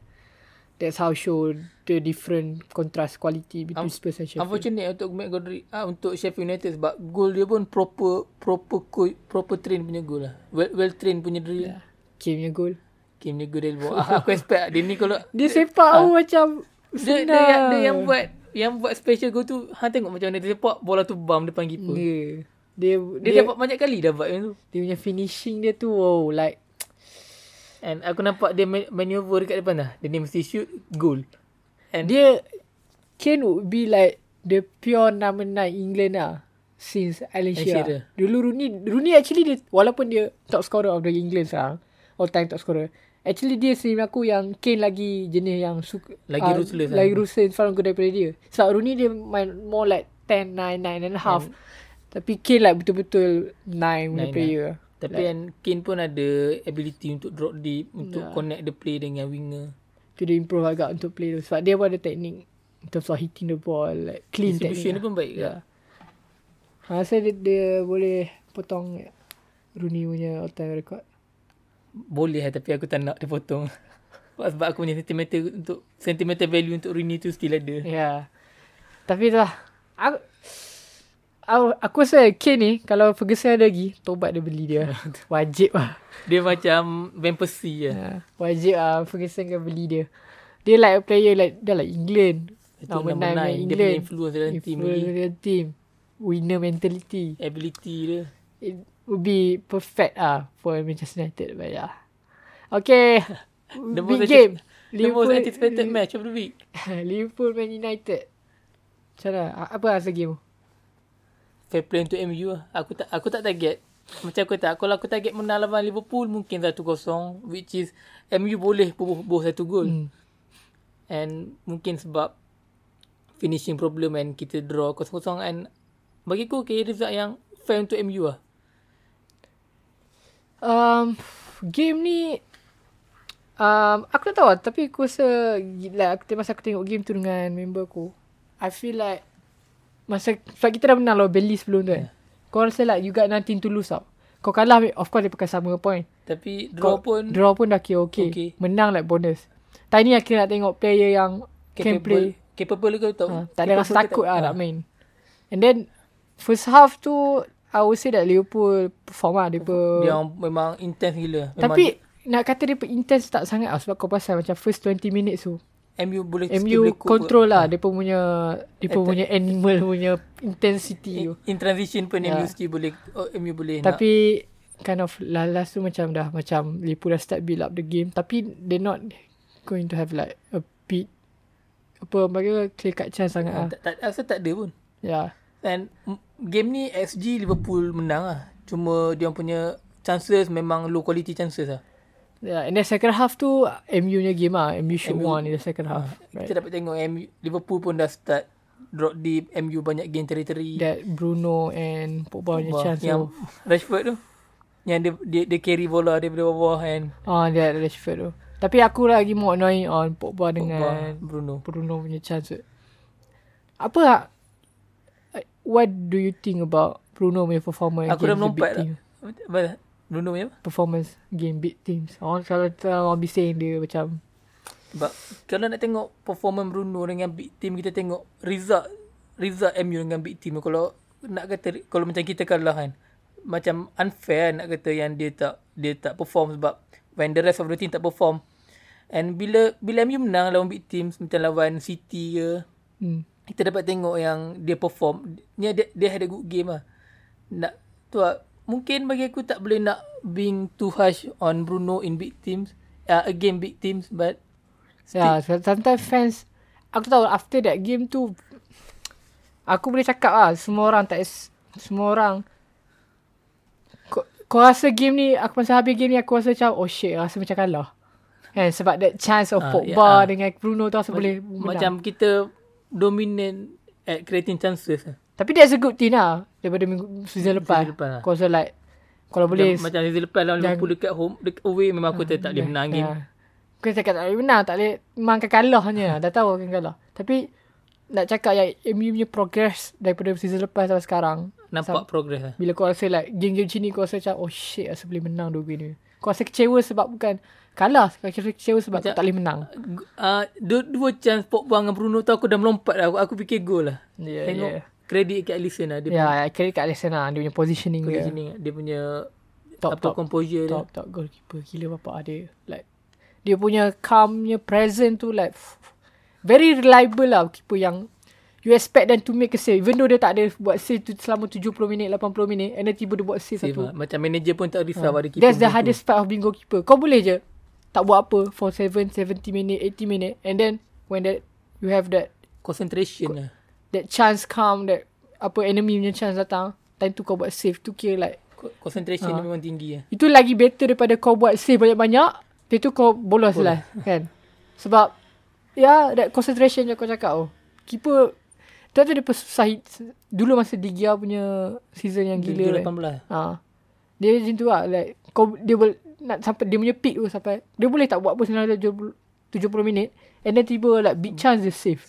A: That's how show the different contrast quality between
B: Unf-
A: Spurs and Sheffield.
B: Unfortunate untuk McGoldrick ah, untuk Sheffield United sebab gol dia pun proper proper co- proper train punya gol lah. Well, well train punya drill.
A: Ya.
B: Yeah.
A: Kim punya goal.
B: Game dia gol dia buat. Ah, aku expect dia ni kalau
A: Dia sepak tu macam
B: Ah. dia, dia, yang, dia yang buat yang buat special gol tu hang tengok macam mana dia sepak bola tu bam depan keeper.
A: dia, dia,
B: Dia,
A: dia, dia,
B: dapat banyak kali dah buat macam tu.
A: dia punya finishing dia tu wow like
B: And aku nampak dia man- maneuver dekat depan dah. Dia ni mesti shoot goal. And dia,
A: dia Kane would be like the pure number 9 England lah since Alan
B: Alan Shearer.
A: Shearer. Dulu Rooney Rooney actually dia walaupun dia top scorer of the England sekarang all time top scorer. Actually dia sendiri aku yang Kane lagi jenis yang suka
B: Lagi
A: ah,
B: ruthless lah.
A: Lagi ruthless in front of goal daripada dia. Sebab Rooney dia main more like 10 9 9 and a half. Tapi Kane like betul-betul 9 punya
B: Hmm. Nine,
A: player.
B: tapi and Kane pun ada ability untuk drop deep, untuk connect the play dengan winger.
A: Tu dia improve agak untuk play tu. Sebab dia pun ada teknik in terms of hitting the ball like clean teknik.
B: Distribution dia pun baik yeah.
A: Ya. Ha, saya dia, dia boleh potong Rooney punya all time record.
B: Boleh lah tapi aku tak nak dia potong. Sebab aku punya sentimeter untuk sentimeter value untuk Rooney tu still
A: Ya.
B: ada.
A: Yeah. Tapi tu lah. Aku, aku, aku rasa Kane ni kalau Ferguson ada lagi, tobat dia beli dia. Wajib lah.
B: Dia macam Van Persie lah.
A: Ha, wajib lah Ferguson kan beli dia. Dia like a player like, dia like England.
B: Itu
A: Number
B: nombor
A: 9
B: nine. Dia punya
A: England.
B: influence dalam team
A: Influence
B: lagi.
A: dalam team. Winner mentality.
B: Ability dia.
A: It would be perfect ah for Manchester United. But yeah. Okay.
B: The
A: Big
B: most
A: game.
B: The most
A: Liverpool-
B: anticipated match of the week.
A: Liverpool Man United. Macam mana? A- Apa rasa game?
B: fair play untuk MU lah. Aku tak aku tak target. Macam aku tak. Kalau aku target menang lawan Liverpool mungkin 1-0 which is MU boleh bubuh satu gol.
A: Hmm.
B: Hmm. And mungkin sebab finishing problem and kita draw 0-0 and bagi aku okay result yang fair untuk MU lah.
A: Um, game ni um, aku tak tahu lah, tapi aku rasa like, aku, masa aku tengok game tu dengan member aku I feel like masa sebab kita dah menang lawan Burnley sebelum tu kan. Kau rasa like you got nothing to lose tau. Kau kalah of course dia pakai sama point.
B: Tapi
A: Kau,
B: draw Kau, pun
A: draw pun dah kira okay.
B: Okay.
A: Menang like bonus. Tadi ni aku nak tengok player yang can play.
B: capable capable ke tak?
A: Ha, tak ada rasa takut lah nak main. And then first half tu I would say that Liverpool perform lah dia
B: Dia
A: per,
B: orang memang intense gila. Memang
A: Tapi nak kata dia per intense tak sangat lah sebab kau pasal macam first 20 minutes tu
B: MU boleh still
A: MU
B: boleh cope
A: control lah dia pun punya dia pun punya animal punya intensity
B: In,
A: tu.
B: in transition pun
A: Ya.
B: MU still boleh oh, MU boleh nak
A: Tapi kind of last tu macam dah macam Liverpool dah start build up the game tapi they not going to have like a big apa bagi clear cut chance sangat lah.
B: Tak, tak, rasa tak ada pun.
A: Yeah.
B: Dan m- game ni XG Liverpool menang lah. Cuma dia orang punya chances memang low quality chances lah.
A: Yeah, and then second half tu MU nya game ah. MU should
B: MU
A: won in the second half. Right.
B: Kita dapat tengok MU, Liverpool pun dah start drop deep. MU banyak gain territory.
A: That Bruno and Pogba punya
B: Wah,
A: chance tu.
B: yang Rashford tu. Yang dia, dia, dia carry bola daripada bawah and
A: Ah, that Rashford tu. Tapi aku lagi more annoying on Pogba,
B: Pogba,
A: dengan
B: Bruno.
A: Bruno punya chance tu. Apa lah? What do you think about Bruno punya performance
B: Aku dah
A: against the big
B: melompat lah.
A: team?
B: Apa dah? Bruno punya apa?
A: Performance game big teams. Orang kalau orang be saying dia macam
B: Sebab kalau nak tengok performance Bruno dengan big team kita tengok result result MU dengan big team kalau nak kata kalau macam kita kalah kan macam unfair kan nak kata yang dia tak dia tak perform sebab when the rest of the team tak perform and bila bila MU menang lawan big team macam lawan City ke
A: hmm,
B: kita dapat tengok yang dia perform ni dia, dia had a good game lah nak tu lah mungkin bagi aku tak boleh nak being too harsh on Bruno in big teams uh, again big teams but
A: Ya, yeah, sometimes fans aku tahu after that game tu aku boleh cakap lah semua orang tak ex- semua orang kau, kau rasa game ni aku masa habis game ni aku rasa macam oh shit rasa macam kalah. Kan sebab that chance of
B: Ah,
A: Pogba
B: ya, ah.
A: dengan Bruno tu rasa boleh menang.
B: Macam kita dominant at creating chances lah.
A: tapi that's a good thing lah daripada minggu season lepas.
B: lepas lah.
A: Aku rasa like kalau boleh
B: Macam, macam season lepas lawan
A: Jangan-
B: Liverpool dekat home, dekat away memang aku tak, tak boleh menang game.
A: Ya. Bukan cakap tak boleh menang, tak boleh memang akan kalah hanya. Dah tahu akan kalah. Tapi nak cakap yang MU punya progress daripada season lepas sampai sekarang.
B: Nampak progress lah.
A: Bila kau rasa like game-game sini kau rasa macam oh shit rasa boleh menang dua game ni. Kau rasa kecewa sebab bukan kalah. Kau rasa kecewa sebab kau
B: Macam-
A: tak boleh menang.
B: Uh, dua, dua chance Pogba dengan Bruno tu aku dah melompat lah. Aku, aku fikir goal lah.
A: Ya,
B: Tengok
A: ya.
B: kredit kat Alisson lah. Dia
A: Ya, yeah, credit kat Alisson lah. Dia punya positioning
B: punya
A: dia.
B: sini, dia punya
A: Top,
B: apa
A: top.
B: composure dia.
A: Top, top goalkeeper. Gila bapak dia. Like, dia punya calmnya present tu like f- f- very reliable lah keeper yang you expect them to make a save even though dia tak ada buat save tu selama 70 minit 80 minit and then tiba dia buat save,
B: Save
A: satu Hmm.
B: lah. Macam manager pun tak risau pada keeper.
A: that's the
B: macam tu.
A: hardest part of being goalkeeper kau boleh je tak buat apa for 7 70 minit 80 minit and then when that you have that
B: Concentration lah.
A: that chance come that apa enemy punya chance datang time tu kau buat save tu kira like
B: Co-
A: Ah.
B: Concentration dia memang tinggi lah.
A: itu lagi better daripada kau buat save banyak-banyak. Lepas tu kau bolos lah. Kan? Sebab, ya, that concentration je kau cakap tu. Keeper, tu tu dia susah. Dulu masa Digia punya season yang gila. Kan?
B: 18.
A: Ha. Dia macam tu lah. Like, kau, dia boleh, nak sampai, dia punya peak tu sampai, dia boleh tak buat apa selama 70, 70 minit. And then tiba like big chance dia save.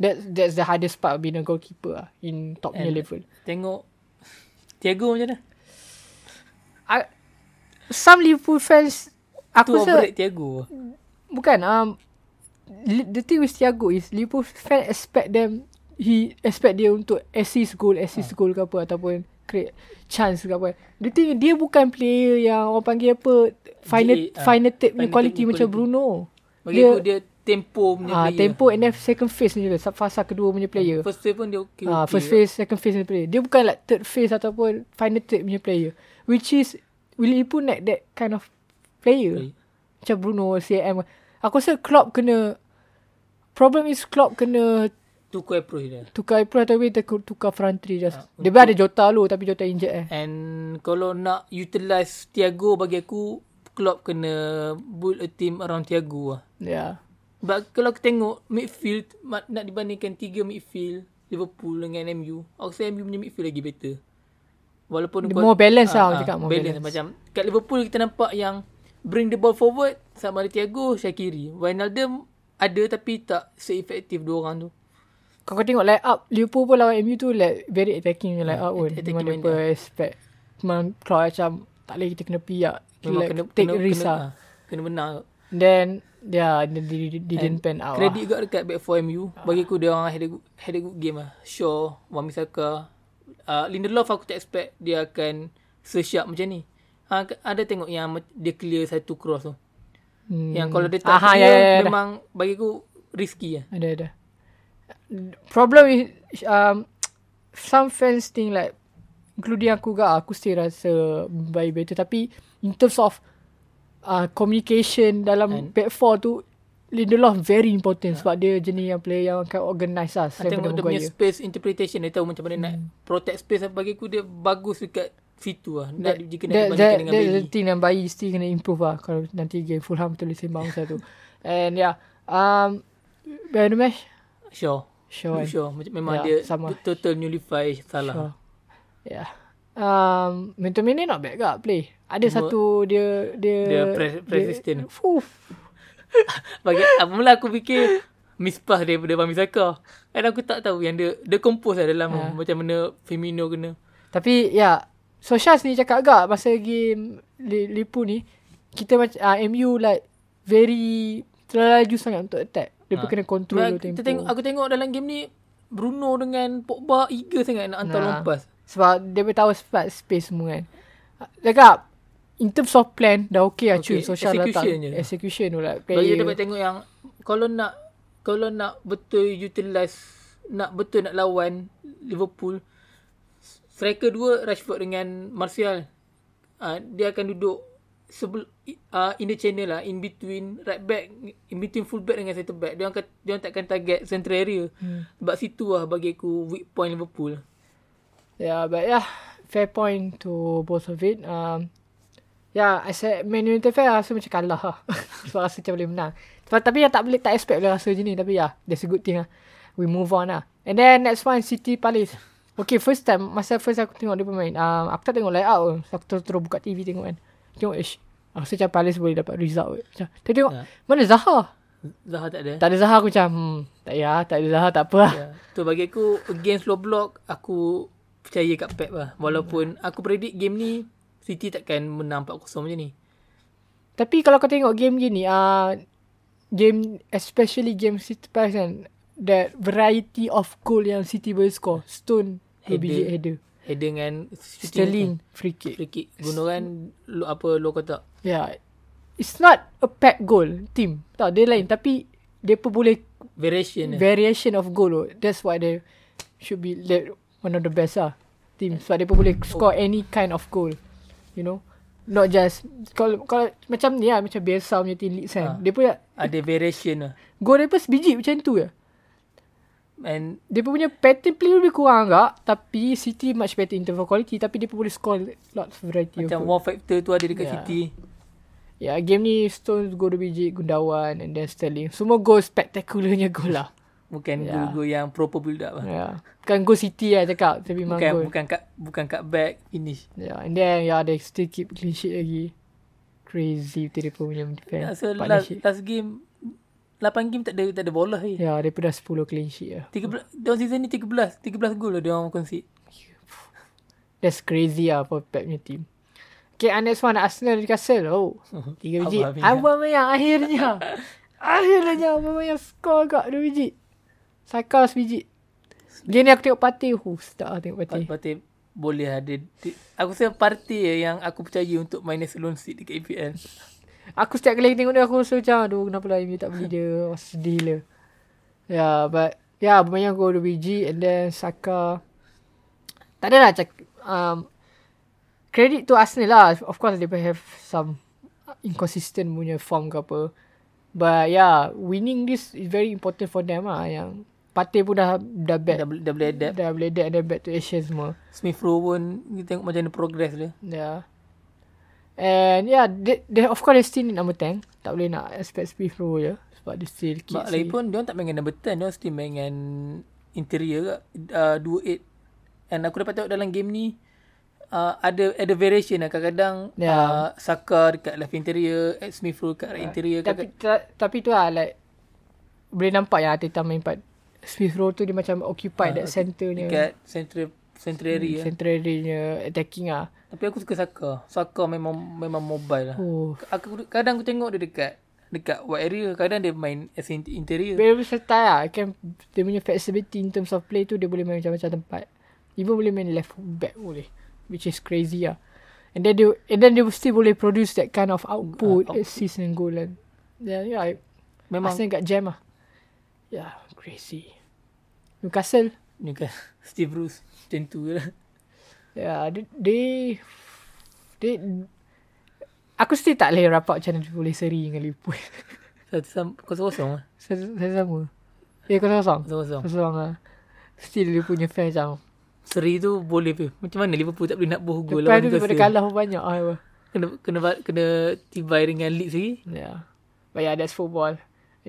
A: That, that's the hardest part of being a goalkeeper lah. In top punya
B: And-
A: level.
B: Tengok Thiago macam mana?
A: I, some Liverpool fans,
B: Tu
A: aku rasa,
B: overrate Thiago.
A: Bukan um Li- the thing with Thiago is Liverpool fan expect them he expect dia untuk assist goal
B: Ah.
A: assist goal ke apa ataupun create chance ke apa. The thing dia bukan player yang orang panggil apa final
B: Dia, ah,
A: final tip punya
B: final
A: quality
B: tip punya
A: macam
B: quality.
A: Bruno.
B: Bagi
A: Dia-
B: aku dia tempo punya
A: Ah
B: player.
A: tempo and then second phase ni juga fasa kedua punya player.
B: First wave pun dia okay.
A: Ah,
B: okay.
A: first phase, second phase punya player. Dia bukan like third phase ataupun final third punya player. Which is Liverpool nak that kind of player.
B: Player.
A: Macam Bruno, CM. Aku rasa Klopp kena problem is Klopp kena
B: Tu kau approach dia.
A: tukar April atau dia tukar front three just.
B: Ah,
A: dia pun ada Jota dulu tapi Jota injet eh.
B: And kalau nak utilize Thiago bagi aku Klopp kena build a team around Thiago lah.
A: Yeah.
B: But kalau kita tengok midfield ma- nak dibandingkan tiga midfield Liverpool dengan MU, aku rasa MU punya midfield lagi better.
A: Dia
B: Walaupun kau-
A: more balance lah, aku
B: Ah,
A: cakap more
B: balance.
A: balance.
B: Macam kat Liverpool kita nampak yang bring the ball forward sama ada Thiago, Shakiri. Wijnaldum ada tapi tak se-effective dua orang tu.
A: Kau kau tengok line up Liverpool pun lawan MU tu like very attacking punya line up pun.
B: attacking
A: Memang dia
B: Ah, main
A: pun expect. Memang Klopp macam tak boleh kita kena piak. Kita
B: Memang
A: like, take risk lah.
B: ah, Kena benar.
A: Then yeah, dia dia- dia didn't pan out. lah.
B: Credit juga dekat back 4 MU.
A: Ah.
B: Bagi aku dia orang had a good, had a good game lah. Shaw, Wamisaka. Uh, Lindelof aku tak expect dia akan sesiap macam ni. Ha, ada tengok yang ma- dia clear satu cross tu.
A: Hmm.
B: Yang kalau dia tak
A: Aha, ya, ya,
B: clear
A: ya, dah.
B: memang bagi aku risky lah.
A: Ada ada. Problem is um some fans think like including aku ke aku still rasa Mumbai better tapi in terms of uh, communication dalam And back four tu Lindelof very important sebab dia jenis yang player yang akan organise lah
B: Saya
A: selain daripada
B: tengok dia punya
A: Maguire.
B: space interpretation dia tahu macam mana
A: Hmm.
B: nak protect space apa bagi aku dia bagus dekat situ lah. Nak jika nak
A: that,
B: dibandingkan
A: that,
B: dengan
A: that's
B: Bailey.
A: the thing yang bayi still kena improve lah kalau nanti game Fulham tu boleh sembang satu and yeah um Bayern Mesh
B: Sure.
A: sure kan?
B: Sure. Macam memang
A: Ya,
B: dia
A: sama.
B: total nullify salah.
A: yeah um Mintomini not bad ke play ada
B: Cuma-
A: satu dia dia
B: Dia press- press resistance.
A: fuh
B: Bagi ah, mula aku fikir mispas daripada Bami Saka. Dan aku tak tahu yang dia dia compose lah dalam
A: Ah.
B: macam mana Firmino kena.
A: Tapi ya yeah, Solskjaer ni cakap agak masa game Li- Liverpool ni kita macam uh, MU like very terlalu laju sangat untuk attack. Dia ha. kena control dulu
B: Sebab
A: tempo.
B: kita tengok, aku tengok dalam game ni Bruno dengan Pogba eager sangat nak hantar
A: Nah.
B: long pass.
A: Sebab dia pun tahu sebab space semua kan. Ah, Cakap in terms of plan dah okay lah okay,
B: Okay,
A: cun Solskjaer datang.
B: execution je.
A: Execution tu lah.
B: Bagi
A: Player.
B: kita dapat tengok yang kalau nak kalau nak betul utilize nak betul nak lawan Liverpool striker dua Rashford dengan Martial uh, dia akan duduk sebelum uh, in the channel lah in between right back in between full back dengan center back dia akan dia orang takkan target central area hmm. sebab situ lah bagi aku weak point Liverpool
A: Yeah, but yeah, fair point to both of it. Um, yeah, as a Man United fan, rasa macam kalah lah. Sebab rasa macam boleh menang. Sebab, tapi ya, tak boleh, tak expect lah rasa je ni. Tapi yeah, that's a good thing lah. We move on lah. And then next one, City Palace. Okay, first time, masa first aku tengok dia bermain, um, aku tak tengok layout pun. So, Aku terus-terus buka TV tengok kan. Tengok, ish. Aku rasa macam Palace boleh dapat result kot. Macam, tapi tengok,
B: Ya.
A: mana Zaha?
B: Zaha tak ada
A: Tak ada Zaha aku macam, hmm, tak payah, tak ada Zaha, tak apa lah.
B: Ya. Tu bagi aku against low block aku percaya kat Pep lah. Walaupun
A: Hmm.
B: aku predict game ni City takkan menang 4-0 macam ni.
A: Tapi kalau kau tengok game gini, uh, game especially game City Pass kan, that variety of goal yang City boleh score. Stone, dua biji header.
B: Header dengan shooting
A: Sterling, free
B: kan.
A: kick.
B: free kick. Guna kan lo, apa low kotak.
A: Yeah. It's not a pack goal team. Tak, dia lain. Tapi, dia pun boleh
B: Variation lah.
A: variation of goal. Loh. That's why they should be that one of the best lah team. Sebab dia pun boleh score any kind of goal. You know? Not just kalau kalau macam ni lah macam biasa punya team league kan. Dia pun
B: Ada variation lah.
A: goal dia pun sebiji macam tu ya. je.
B: And
A: Dia pun punya pattern play lebih kurang agak Tapi City much better in terms of quality Tapi dia pun boleh score lots of variety of
B: macam
A: goal.
B: wow factor tu ada dekat
A: Ya.
B: City.
A: Ya yeah, game ni Stones gol 2 biji Gundawan and then Sterling Semua gol spectacularnya gol lah
B: Bukan
A: Ya.
B: gol-gol yang proper build up lah.
A: yeah. Bukan gol City lah cakap Tapi memang
B: Bukan
A: gol
B: bukan cut bukan cut back finish.
A: yeah. And then yeah, they still keep clean sheet lagi Crazy betul dia pun punya defense
B: Yeah, Ya, so last,
A: Ya, partnership
B: last game 8 game tak ada tak ada bola lagi.
A: Ya yeah, dia pun dah 10 clean sheet lah
B: 13 dalam season ni 13 13 gol lah dia orang concede.
A: That's crazy lah for Pep punya team. Okay, and next one Arsenal Newcastle. Oh, tiga biji.
B: Aubameyang.
A: Aubameyang akhirnya. akhirnya Aubameyang score agak dua biji. Saka sebiji. Game ni aku tengok parti. Huh, sedap lah tengok parti.
B: Parti, parti boleh ada. di- Aku rasa parti yang aku percaya untuk minus loan seat dekat EPL.
A: Aku setiap kali tengok dia aku rasa macam aduh kenapa lah Amy tak beli dia. Wah, sedih lah. Ya, yeah, but ya yeah, Aubameyang gol dua biji and then Saka tak ada lah cak, um, credit to Arsenal lah. Of course they have some inconsistent punya form ke apa. But yeah, winning this is very important for them lah. Yang Partey pun dah dah
B: Dah,
A: back.
B: boleh- dah boleh adapt.
A: Dah boleh adapt and then back to Asia semua.
B: Smith Rowe pun kita tengok macam mana progress dia.
A: Yeah. Ya. And yeah, they, they of course they still need number 10. Tak boleh nak expect speed pro je. Sebab dia still kids.
B: Sebab lagi pun dia orang tak main dengan number 10, dia orang still main dengan interior kat uh, 28. And aku dapat tengok dalam game ni uh, ada ada variation lah kadang-kadang
A: Ya. Ah,
B: yeah. uh, Saka dekat left interior, Ed Smith Rowe dekat right interior.
A: tapi,
B: Kadang,
A: ta, tapi tu lah like, boleh nampak yang Arteta main part speed pro tu dia macam
B: Ah,
A: occupied that center ni.
B: dekat central central area.
A: Center area nya attacking ah.
B: Tapi aku suka Saka. Saka memang memang mobile lah.
A: Oh.
B: aku kadang aku tengok dia dekat dekat wide area kadang dia main as in interior
A: Very versatile lah. Can, dia punya flexibility in terms of play tu dia boleh main macam-macam tempat. Even boleh main left back boleh. Which is crazy lah. And then they, and then they still boleh produce that kind of output,
B: Ah, output.
A: assist and goal. And, yeah, yeah, I-
B: memang
A: Arsenal kat jam lah. Yeah, crazy. Newcastle.
B: ni kan Steve Bruce macam tu je lah
A: Yeah, dia, dia, dia aku still tak boleh rapat macam mana dia boleh seri dengan Liverpool.
B: Satu sama kosong-kosong lah.
A: Satu satu sama. Eh, kau sama
B: Kosong-kosong.
A: Kosong lah. Still dia punya fan macam.
B: Seri tu boleh pe. Macam mana Liverpool tak boleh nak buh gol
A: Lepas
B: lawan
A: tu daripada
B: Newcastle.
A: kalah pun banyak lah. apa.
B: Kena, kena, ba- kena tibai dengan Leeds lagi.
A: Yeah. But yeah, that's football.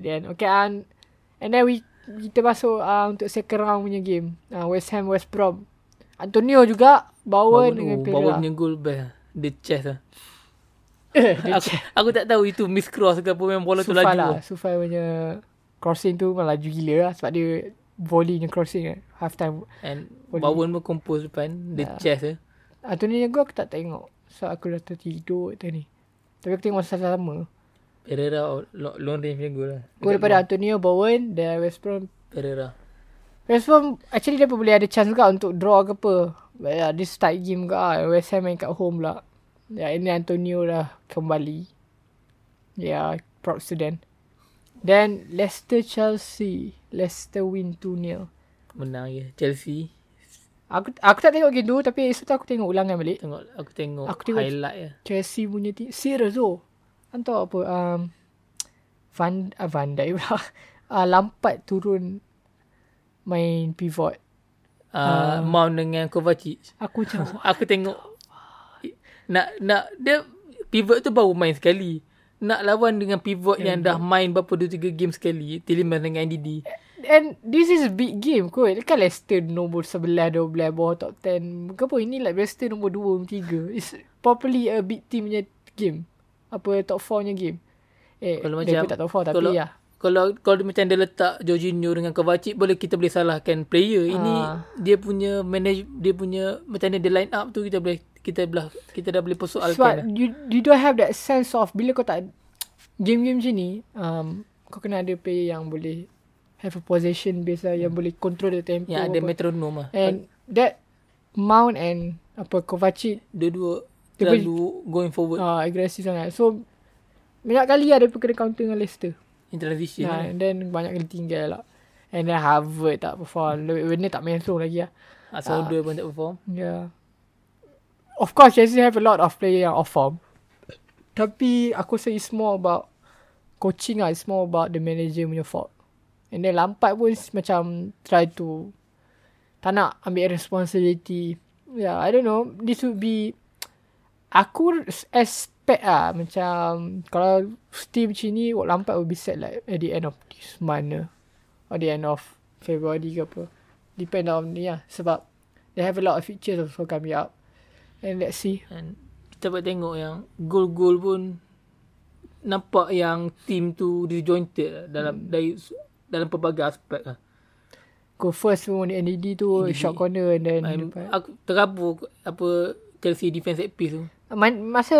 A: And then, okay, and, and then we kita masuk uh, untuk second round punya game. Uh, West Ham, West Brom. Antonio juga bawa
B: Bawon,
A: dengan
B: oh,
A: Pereira.
B: Bawon punya gol best lah. Dia chest lah.
A: Eh, dia
B: Aku, aku tak tahu itu miss cross ke apa memang bola tu
A: Sufai
B: laju.
A: lah.
B: Lah.
A: Sufai punya crossing tu memang laju gila lah. Sebab dia volley punya crossing kan. Half time.
B: And
A: Boleh.
B: Bawon pun compose depan.
A: Ya.
B: Dia chest lah.
A: Antonio punya gol aku tak tengok. So aku dah tertidur tadi ni. Tapi aku tengok masa sama.
B: Pereira oh, lo- long range punya gol lah.
A: Gol daripada Antonio Bowen dan West Brom
B: Pereira.
A: West Brom actually dia pun boleh ada chance juga untuk draw ke apa. But yeah, this tight game ke ah. West Ham main kat home pula. Ya, yeah, ini Antonio dah kembali. Ya, yeah, props to them. Then Leicester Chelsea. Leicester win 2-0.
B: Menang je. Chelsea.
A: Aku aku tak tengok game tu tapi esok tu aku tengok ulangan balik.
B: Tengok, aku tengok,
A: Aku tengok-
B: highlight ya. je.
A: Chelsea punya team. Serious tu. Hantar apa um, Van, ah, Van Dijk pula. Uh, Lampard turun main pivot. Ah.
B: Uh, Mount dengan Kovacic.
A: Aku macam
B: Aku tengok nak nak dia pivot tu baru main sekali. Nak lawan dengan pivot yang dah main berapa 2 3 game sekali, Tillman dengan NDD.
A: And this is big game kot. Kan Leicester nombor 11, 12, bawah top 10. Ke apa, ini like Leicester nombor 2, 3. It's properly a big team punya game. Apa, top 4 punya game. Eh, kalau
B: Kalau macam-
A: dia macam, tak top 4 tapi
B: kalau-
A: ya.
B: Kalau kalau dia macam dia letak Jorginho dengan Kovacic boleh kita boleh salahkan player. Ini
A: Ah.
B: dia punya manage dia punya macam mana dia line up tu kita boleh kita belah kita dah boleh
A: Sebab
B: persoalkan. Lah.
A: you, you don't have that sense of bila kau tak game-game macam ni, um, kau kena ada player yang boleh have a possession base lah, yang boleh control the tempo.
B: Hmm. Yang ada
A: apa.
B: metronome lah.
A: And that Mount and apa Kovacic
B: Dua-dua
A: Dia boleh-
B: terlalu going forward
A: uh, agresif sangat. So banyak kali ada kena counter dengan Leicester.
B: in transition.
A: Yeah.
B: lah.
A: and then banyak kali tinggal lah. And then Harvard tak perform. Werner tak main slow lagi lah.
B: Asal dia pun tak perform.
A: Yeah. Of course, Chelsea have a lot of player yang off form. Tapi aku rasa it's more about coaching lah. It's more about the manager punya fault. And then Lampard pun s- macam try to tak nak ambil responsibility. Yeah, I don't know. This would be aku s- expect ah macam kalau team macam ni Lampard will be set like at the end of this month lah. or the end of February ke apa. Depend on ni lah. Sebab they have a lot of features also coming up. And let's see.
B: And kita dapat tengok yang gol-gol pun nampak yang team tu disjointed lah dalam hmm. dari dalam pelbagai aspek lah.
A: Go first pun the NDD tu
B: NDD.
A: NDD. short corner and then
B: I'm,
A: dapat.
B: aku terabur apa Chelsea defense set piece tu.
A: Man, masa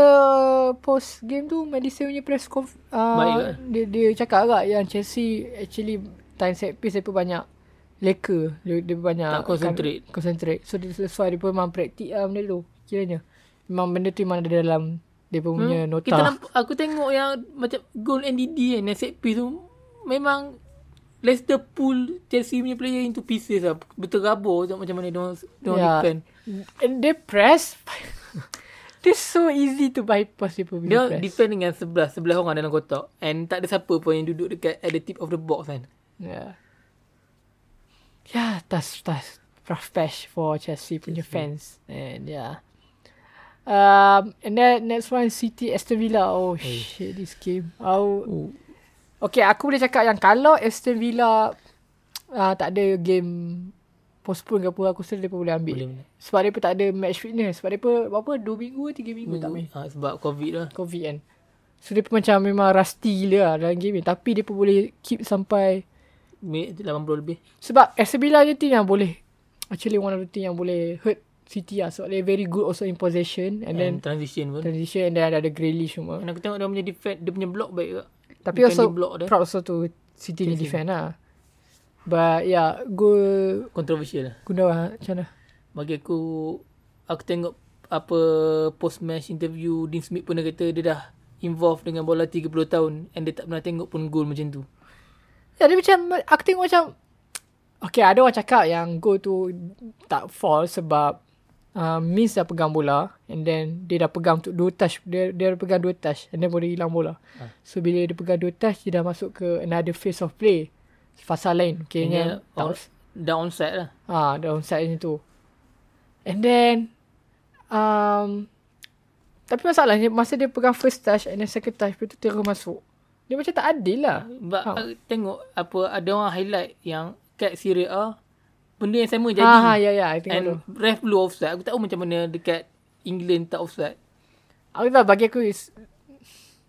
A: post game tu Madison punya press conf
B: Baik
A: uh,
B: lah.
A: dia, dia cakap agak yang Chelsea actually time set piece dia pun banyak leka dia, dia pun banyak
B: Tak concentrate.
A: kan, concentrate so dia sesuai dia pun memang praktik lah benda tu kiranya memang benda tu memang ada dalam dia pun punya
B: Hmm,
A: nota
B: Kita nampak, aku tengok yang macam gol NDD kan yang set piece tu memang Leicester pull Chelsea punya player into pieces lah. Berterabur tengok macam mana dia orang yeah.
A: Yeah.
B: defend.
A: and they press this so easy to bypass dia pun punya
B: Dia
A: press
B: defend dengan 11 11 orang dalam kotak and tak ada siapa pun yang duduk dekat at the tip of the box kan.
A: yeah yeah that's that's rough patch for Chelsea punya fans and yeah um and then next one City Aston Villa oh shit this game oh
B: Oh,
A: okay aku boleh cakap yang kalau Aston Villa uh, tak ada game postpone ke apa aku rasa dia pun boleh ambil
B: boleh
A: boleh.
B: menang.
A: sebab dia pun tak ada match fitness sebab dia pun berapa 2 minggu 3 minggu tak main
B: Minggu. Ha, sebab COVID lah.
A: COVID kan. So dia pun macam memang rusty gila lah dalam game ni. Tapi dia pun boleh keep sampai.
B: Minit 80 lebih.
A: Sebab Aston Villa je team yang boleh. Actually one of the team yang boleh hurt City lah. Sebab dia very good also in possession. And
B: And,
A: then
B: then transition pun.
A: transition and then ada Grealish semua.
B: And aku tengok dia punya defend, dia punya block baik juga.
A: Tapi
B: Defend
A: also
B: dia block dia.
A: proud also to City ni defend lah. But yeah, goal
B: Controversial lah.
A: Gundawan macam mana?
B: Bagi aku, aku tengok apa post-match interview Dean Smith pun dia kata dia dah involved dengan bola 30 tahun and dia tak pernah tengok pun gol macam tu.
A: Ya, dia macam, aku tengok macam, okay, ada orang cakap yang goal tu tak fall sebab uh, Mins dah pegang bola and then dia dah pegang untuk dua touch dia, dia dah pegang dua touch and then boleh hilang bola ha.
B: Ah.
A: so bila dia pegang dua touch dia dah masuk ke another phase of play fasa lain
B: Dia
A: kira
B: on,
A: yeah,
B: dah onside lah.
A: Ah, downside macam tu. And then um, tapi masalahnya masa dia pegang first touch and then second touch lepas tu terus masuk. Dia macam tak adil lah.
B: Sebab
A: Ha.
B: ha. tengok apa ada orang highlight yang kat Serie A benda yang sama jadi.
A: Ah, ha, ya ya, I tengok tu.
B: And ref blue offside. Aku tak tahu macam mana dekat England tak offside.
A: Aku tak bagi aku is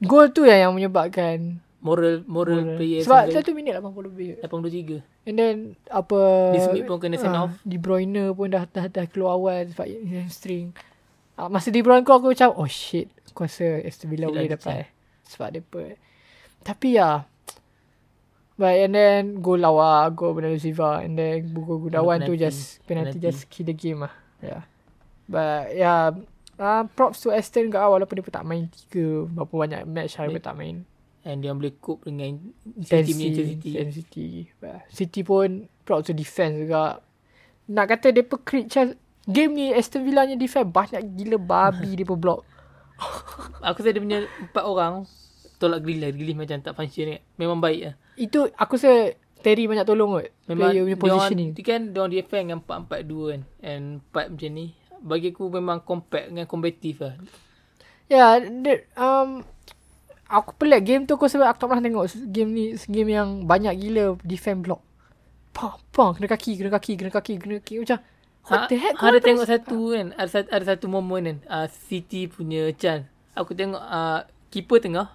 A: gol tu yang yang menyebabkan
B: Moral moral, moral. player
A: sebab
B: sebagai
A: tu, tu minit 80 lebih.
B: 83.
A: And then apa
B: Di Smith pun kena send
A: ah,
B: off.
A: De Bruyne pun dah dah, dah keluar awal sebab hamstring. Uh, masa De Bruyne keluar aku macam oh shit aku rasa Aston Villa
B: Tidak
A: boleh
B: ada
A: dapat sebab dia pun. Tapi ya But and then gol lawa, gol Bernardo Silva and then gol Gunawan tu
B: penalti.
A: just penalty,
B: Penalti.
A: just kill the game lah. Yeah. But yeah, uh, props to Aston kat awal walaupun dia pun tak main tiga berapa banyak match hari pun tak main.
B: And dia orang boleh cope dengan City punya
A: Intensity
B: intensity.
A: Intensity Bah, City pun Proud to defense juga Nak kata dia pun create chance Game ni Aston Villa ni defense Banyak gila babi dia pun block
B: Aku rasa dia punya empat orang tolak Grealish. lah. Grealish macam tak function ni. Memang baik lah.
A: Itu aku rasa Terry banyak tolong kot
B: Memang
A: Player punya positioning
B: Dia kan dia orang defend dengan 4-4-2 kan. And 4 macam ni. Bagi aku memang compact dengan kompetitif lah.
A: Ya yeah, um, Aku pelik game tu aku sebab aku tak pernah tengok game ni game yang banyak gila defense block. Pang pang kena kaki kena kaki kena kaki kena kaki macam what the heck?
B: ha,
A: kenapa
B: ada tengok satu kan. Ada, sat- ada satu momen kan. Uh, City punya chance. Aku tengok uh, keeper tengah.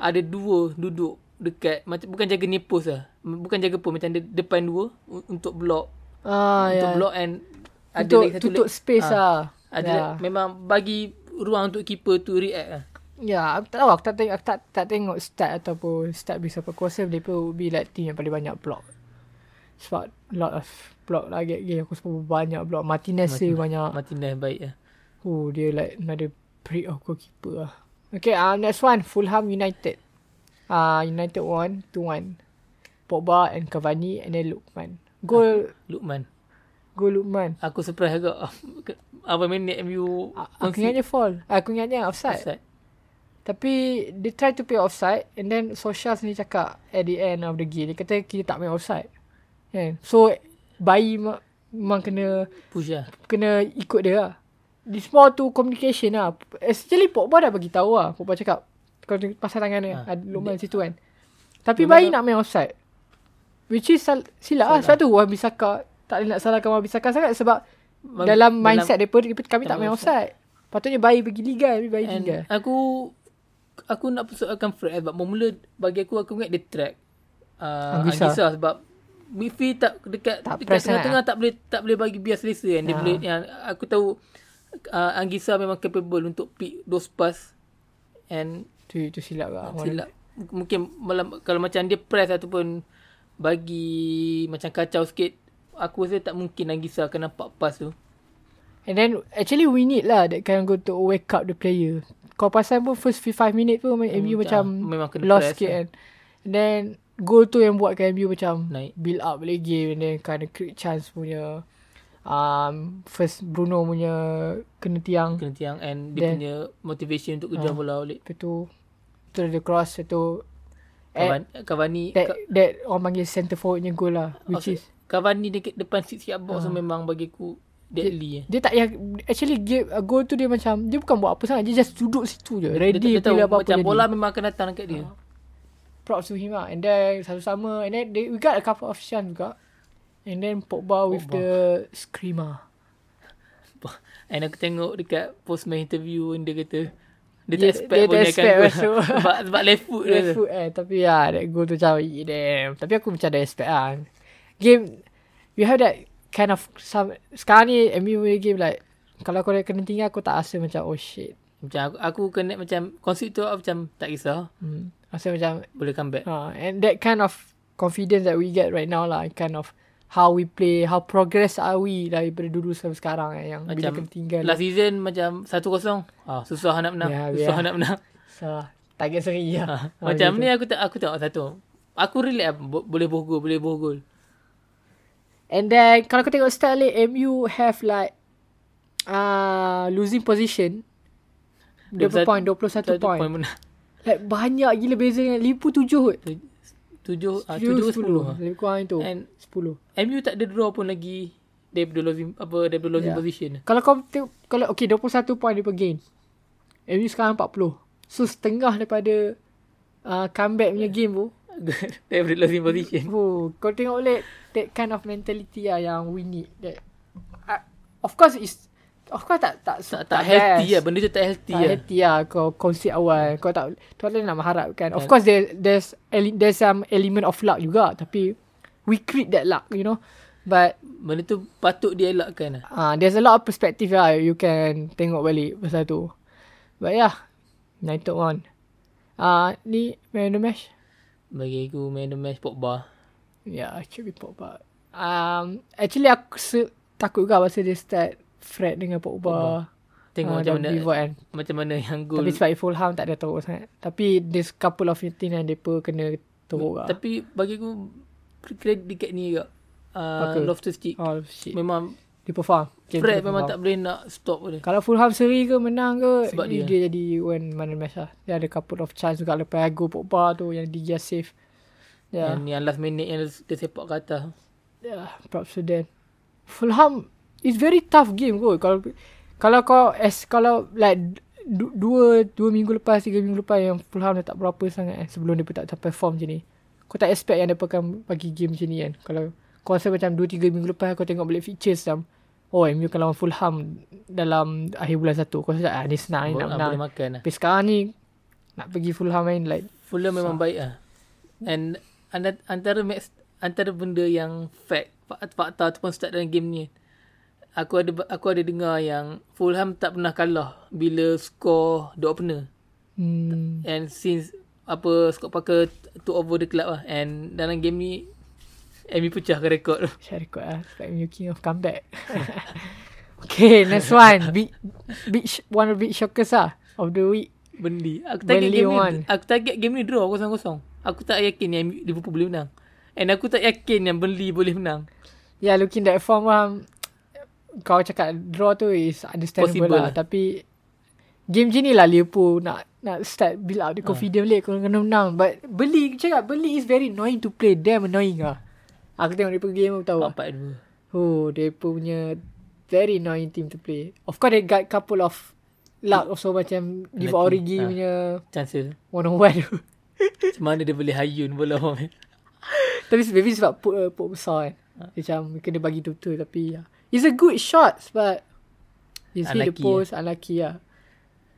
B: Ada dua duduk dekat macam bukan jaga ni post lah. M- Bukan jaga pun macam de- depan dua u- untuk block.
A: Ah,
B: Untuk
A: ya.
B: block and ada
A: Untuk
B: lagi satu
A: tutup
B: leg-
A: space
B: ah,
A: lah.
B: Ada
A: Ya.
B: yeah. memang bagi ruang untuk keeper tu react lah.
A: Ya, aku tak tahu. Aku tak tengok, aku tak, tak tengok stat ataupun stat bisa apa. Aku rasa mereka would be like team yang paling banyak block. Sebab lot of block lah get game. Aku semua banyak block. Martinez Martin. banyak.
B: Martinez baik lah.
A: Oh, dia like another break of goalkeeper lah. Okay, uh, next one. Fulham United. Uh, United won 2-1. Pogba and Cavani and then Lukman. Goal,
B: Lukman.
A: goal Lukman.
B: Aku surprise agak apa minit MU
A: A- Aku ingatnya fall. Aku ingatnya offside.
B: offside.
A: Tapi dia try to play offside and then Social sendiri cakap at the end of the game dia kata kita tak main offside. Kan? So bayi ma- memang kena
B: Push lah.
A: kena ikut dia lah. Di semua tu communication lah. Actually Pogba dah bagi tahu lah. Pogba cakap kau tengok pasal tangan dia.
B: Ha.
A: Ha. Ada Lukman situ kan. Tapi bayi nak main offside. Which is sal- silap lah. Sebab tu Wan Bisaka tak boleh nak salahkan Wan Bisaka sangat sebab
B: Wan-
A: dalam
B: dalam-
A: mindset mereka kami tak main offside. Patutnya bayi pergi liga tapi bayi
B: And
A: tinggal.
B: aku aku nak persoalkan Fred eh, sebab mula bagi aku aku ingat dia track uh,
A: Anggisa.
B: Anggisa. sebab midfield tak dekat
A: Tak
B: dekat
A: press eh? sangat
B: tengah-tengah tak boleh tak boleh bagi bias selesa kan dia
A: Ha.
B: boleh yang aku tahu uh, Anggisa memang capable untuk pick those pass and
A: Tu itu silap lah. Wan-
B: silap M- mungkin malam, kalau macam dia press ataupun bagi macam kacau sikit aku rasa tak mungkin Anggisa akan nampak pass tu
A: And then actually we need lah that kind of go to wake up the player. Kau pasal pun first 5 minit pun main MU
B: Hmm,
A: macam
B: tak, memang kena
A: lost
B: press
A: sikit
B: lah.
A: kan. And then goal tu yang buatkan MU macam
B: Naik.
A: build up balik game and then kind of create chance punya um, first Bruno punya kena tiang.
B: kena tiang and dia
A: Hmm. Then- Hmm.
B: punya motivation untuk kejar bola balik
A: Lepas tu terus dia cross lepas tu eh,
B: Cavani, Cavani
A: that,
B: Ka-
A: that orang panggil center forwardnya goal lah which is
B: Maksud-
A: Hmm.
B: Cavani dekat depan six yard box tu memang bagi aku deadly eh.
A: dia tak yang actually game, goal tu dia macam dia bukan buat apa sangat dia just duduk situ je
B: Dia, dia,
A: ready Hmm.
B: dia tahu
A: bila apa-apa
B: macam
A: jadi.
B: bola memang akan datang dekat dia.
A: props to him lah. And then satu sama. And then they, we got a couple of chance juga. And then Pogba, with
B: Pogba.
A: the screamer.
B: And aku tengok dekat post match interview dia kata dia
A: Dia-
B: tak expect
A: dia
B: pun
A: tak
B: dia akan
A: expect
B: gol.
A: masuk.
B: sebab, sebab left foot dia.
A: Left
B: tu.
A: foot eh. Tapi ya, that goal tu macam, eh, damn. Tapi aku macam ada expect lah. Game, you have that kind of some, sekarang ni MU punya game like, kalau kau dah kena tinggal, aku tak rasa macam, oh shit.
B: Macam aku, aku kena macam konsep tu aku macam tak kisah
A: Hmm. Rasa macam,
B: boleh come back.
A: uh, and that kind of confidence that we get right now lah, kind of how we play, how progress are we daripada dulu sampai sekarang eh, yang bila
B: Macam
A: kena tinggal.
B: Last season macam 1-0. Ah, susah nak menang.
A: Ya,
B: susah
A: biar.
B: nak menang.
A: So, target seri lah.
B: Ah,
A: Ah,
B: macam
A: gitu.
B: ni aku tak aku tengok satu. Aku relate lah. Bo- boleh boh gol, boleh boh gol.
A: And then kalau kau tengok stat late MU have like uh, losing position dia berapa
B: 21
A: point? 21
B: Satu
A: point.
B: point menang.
A: Like banyak gila beza dengan Liverpool 7 kot.
B: Tu- Tujuh, ah,
A: 7
B: tujuh ke
A: 10.
B: sepuluh. ah.
A: Lebih kurang itu.
B: And
A: 10.
B: MU tak ada draw pun lagi daripada losing apa daripada losing
A: Yeah.
B: yeah. position.
A: Kalau kau tengok kalau okey 21 point daripada game. MU sekarang 40. So setengah daripada uh, comeback punya game tu.
B: daripada losing position.
A: Oh, kau tengok balik that kind of mentality lah yang we need. That uh, of course is of course tak tak
B: Tak, tak healthy lah. Benda tu tak healthy
A: tak
B: lah.
A: hati lah kau konsep awal kau tak tu ada nak mengharapkan
B: Kan.
A: of course there, there's ele- there's some element of luck juga tapi we create that luck you know but
B: Benda tu patut dielakkan lah.
A: uh, there's a lot of perspective lah you can tengok balik pasal tu but yeah United won uh, ni man of the match
B: Bagi aku man the match Pogba.
A: yeah should be Pogba um, actually aku se- takut juga pasal dia start Fred dengan Pogba, uh,
B: Tengok macam
A: dan
B: mana
A: pivot kan
B: macam mana yang gol.
A: Tapi sebab Fulham tak ada teruk sangat. Tapi there's couple of things yang mereka kena teruk lah.
B: Tapi bagi aku kredit dekat ni juga.
A: Apa?
B: Uh, Loftus Cheek.
A: Oh shit.
B: Memang
A: Dia perform. Game tu
B: Fred
A: dia
B: memang
A: perform.
B: tak boleh nak stop dia.
A: Kalau Fulham seri ke menang ke
B: Sebab
A: dia,
B: dia.
A: dia jadi one man of the match lah. Dia ada couple of chance juga lepas Ago Pogba tu yang dia just save. Ya.
B: Yeah. Yang, yang last minute yang dia sepak ke atas.
A: Yeah. Props to them. Ya, Fulham is very tough game kot. Kalau kalau kau as kalau like du- dua dua minggu lepas tiga minggu lepas yang Fulham dah tak berapa sangat eh, sebelum dia pun tak sampai form macam ni. Kau tak expect yang dia akan bagi game macam ni kan. Kalau kau rasa macam 2-3 minggu lepas kau tengok balik features macam Oh MU akan lawan Fulham dalam akhir bulan satu. Kau rasa ah, ni senang ni nak
B: Bo- ah,
A: menang.
B: boleh makan lah.
A: Tapi sekarang ni nak pergi Fulham main like
B: Fulham memang baik lah. And anda- antara match, antara benda yang fact, fak- fakta ataupun start dalam game ni. Aku ada aku ada dengar yang Fulham tak pernah kalah bila skor the opener.
A: hmm,
B: And since apa Scott Parker took over the club lah. And dalam game ni Amy pecahkan rekod tu.
A: saya record lah sebab MU king of comeback. okay, next one. Big big sh- one of big shockers lah of the week.
B: Bendi. Aku target
A: Burnley
B: game ni.
A: won.
B: Aku target game ni draw 0-0. Aku tak yakin yang Liverpool boleh menang. And aku tak yakin yang Burnley boleh menang.
A: Yeah, looking that form lah kau cakap draw tu is understandable
B: Possible
A: lah.
B: lah.
A: Tapi game macam ni lah Liverpool nak nak start build up the confidence balik kau kena menang. But beli cakap beli is very annoying to play. Damn annoying lah. Aku tengok dia pergi game aku tahu.
B: 4-4-2.
A: Oh, dia punya very annoying team to play. Of course, they got couple of luck also macam Divo
B: Lucky,
A: Origi
B: ah.
A: punya
B: Chances.
A: one on one tu.
B: Macam mana dia boleh hayun bola orang main.
A: tapi maybe sebab put, uh, put besar kan. Macam kena bagi betul tapi yeah. it's a good shot but it's hit the
B: Unlucky, eh.
A: post unlucky lah.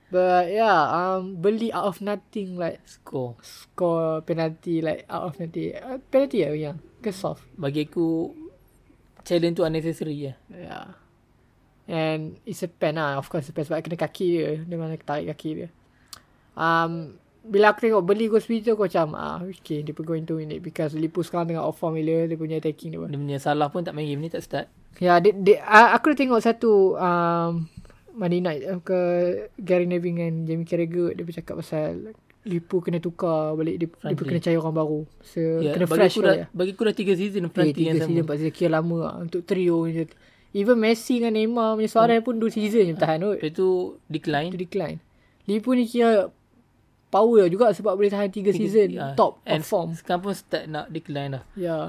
A: But yeah, um, beli out of nothing like
B: Skor.
A: score penalty like out of nothing. Uh, penalty lah yang ke soft.
B: Bagi aku challenge tu unnecessary lah.
A: Yeah. And it's a pen lah. Of course, it's a pen sebab kena kaki dia. Dia mana tarik kaki dia. Um, bila aku tengok beli Ghost Speed tu, aku macam, ah, okay, dia pun going to win it. Because Liverpool sekarang tengah off form bila dia punya attacking dia. pun.
B: Dia punya salah pun tak main game ni tak start.
A: Ya, dia, dia, ah, aku dah tengok satu um, Monday night ah, ke Gary Neville dengan Jamie Carragher. Dia bercakap pasal Liverpool kena tukar balik. Dia, dia pun
B: Frankly.
A: kena cari orang baru. So, yeah,
B: Ya,
A: kena
B: bagi
A: fresh
B: aku
A: lah.
B: dah,
A: Ya.
B: bagi aku dah 3 season
A: Eh,
B: Franti yang
A: tiga season,
B: sama.
A: empat season. Kira lama lah untuk trio je. Even Messi dengan Neymar punya suara pun dua season je bertahan kot.
B: Lepas tu
A: Itu
B: decline.
A: decline. Liverpool ni kira power lah juga sebab boleh tahan tiga season
B: Ah,
A: top
B: and
A: of form.
B: Sekarang pun start nak decline lah.
A: Ya. Yeah.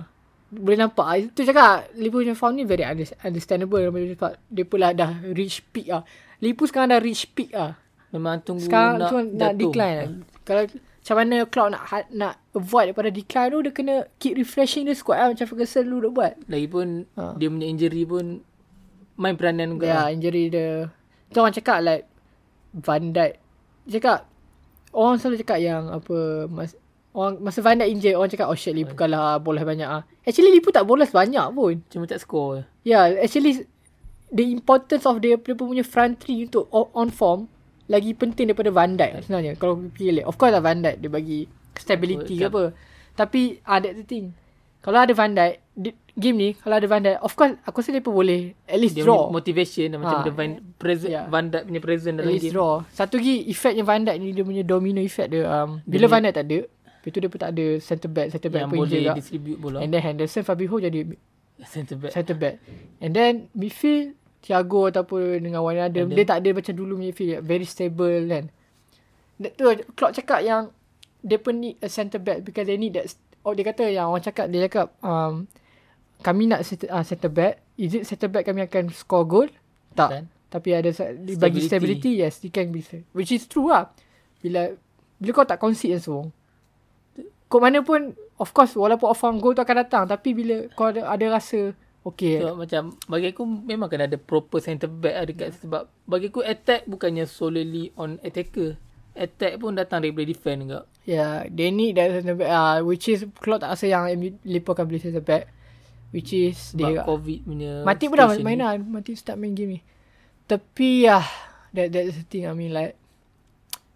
A: Boleh nampak. ah, Itu cakap Liverpool punya form ni very under- understandable. Sebab dia pula dah reach peak ah. Liverpool sekarang dah reach peak ah.
B: Memang tunggu
A: Sekarang
B: nak
A: tu nak
B: jatuh.
A: decline lah. Kalau macam mana Klopp nak ha- nak avoid daripada decline tu dia kena keep refreshing dia squad lah macam Ferguson dulu dia buat.
B: Lagipun
A: Ah.
B: dia punya injury pun main peranan
A: Ya, yeah,
B: juga.
A: injury dia. Tu orang cakap like Van Dijk. Dia Cakap orang selalu cakap yang apa mas, orang masa Van Dijk injured orang cakap oh shit Liverpool kalah bola banyak ah. Actually Liverpool tak bola banyak pun.
B: Cuma tak skor.
A: Ya, yeah, actually the importance of dia dia punya front three untuk o- on form lagi penting daripada Van Dijk sebenarnya. Kalau pilih of course lah Van Dijk dia bagi stability ke
B: Betul.
A: apa. Tapi ada the thing. Kalau ada Van Dijk di- game ni kalau ada Van Dijk of course aku rasa dia pun boleh at least
B: Dia
A: draw.
B: punya motivation dan macam
A: Ah,
B: dia Van, present,
A: yeah.
B: Van Dijk punya present
A: At
B: dalam
A: least
B: game.
A: draw. Satu lagi efeknya Van Dijk ni dia punya domino effect dia. Um, bila
B: Dia
A: Van Dijk tak ada, lepas tu dia pun tak ada centre back, centre back
B: Yang
A: pun
B: boleh lah.
A: injured juga.
B: distribute bola.
A: And then Henderson Fabinho jadi
B: Centre back.
A: centre back. And then midfield Thiago ataupun dengan Wijnaldum Adam. dia tak ada macam dulu punya feel very stable kan That tu Klopp cakap yang they pun need a centre back because they need that oh dia kata yang orang cakap dia cakap um, kami nak set, uh, centre back is it centre back kami akan score goal tak
B: Kan?
A: tapi ada sa- dia bagi
B: Stability.
A: stability yes it can be sa- which is true lah bila bila kau tak concede and so kau mana pun of course walaupun off goal tu akan datang tapi bila kau ada, ada rasa okay
B: Sebab macam bagi aku memang kena ada proper centre back lah dekat sebab bagi aku attack bukannya solely on attacker. Attack pun datang daripada defend juga.
A: Yeah, ya, they need that centre back. Uh, which is Klopp tak rasa yang MU Liverpool akan beli centre back. Which is
B: Sebab
A: dia
B: COVID punya
A: Mati pun dah
B: situation
A: main
B: ni.
A: lah. Mati start main game ni. Tapi ah, that that's the thing I mean like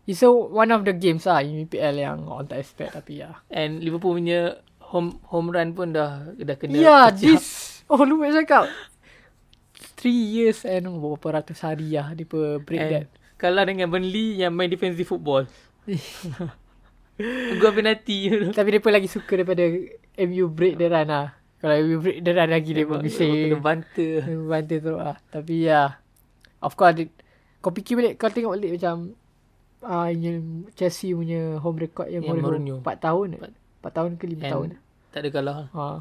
A: it's a one of the games lah in EPL yang orang tak expect tapi ya.
B: And Liverpool punya home home run pun dah dah kena
A: Yeah, yeah Ya,
B: kecil.
A: this oh lu nak cakap. Three years and berapa ratus hari lah dia per break
B: And
A: that.
B: kalah dengan Burnley yang main defensive football. Gua penalti tu.
A: Tapi dia pun lagi suka daripada MU break the run lah. Kalau MU break the run lagi dia pun bising.
B: Kena banta.
A: Bantu teruk lah Tapi ya uh, Of course ada, Kau fikir balik Kau tengok balik macam uh, yang Chelsea punya home record Yang,
B: Yang
A: yang
B: Mourinho.
A: Mourinho 4 tahun 4, 4 tahun ke 5
B: And
A: tahun
B: tak ada kalah.
A: uh,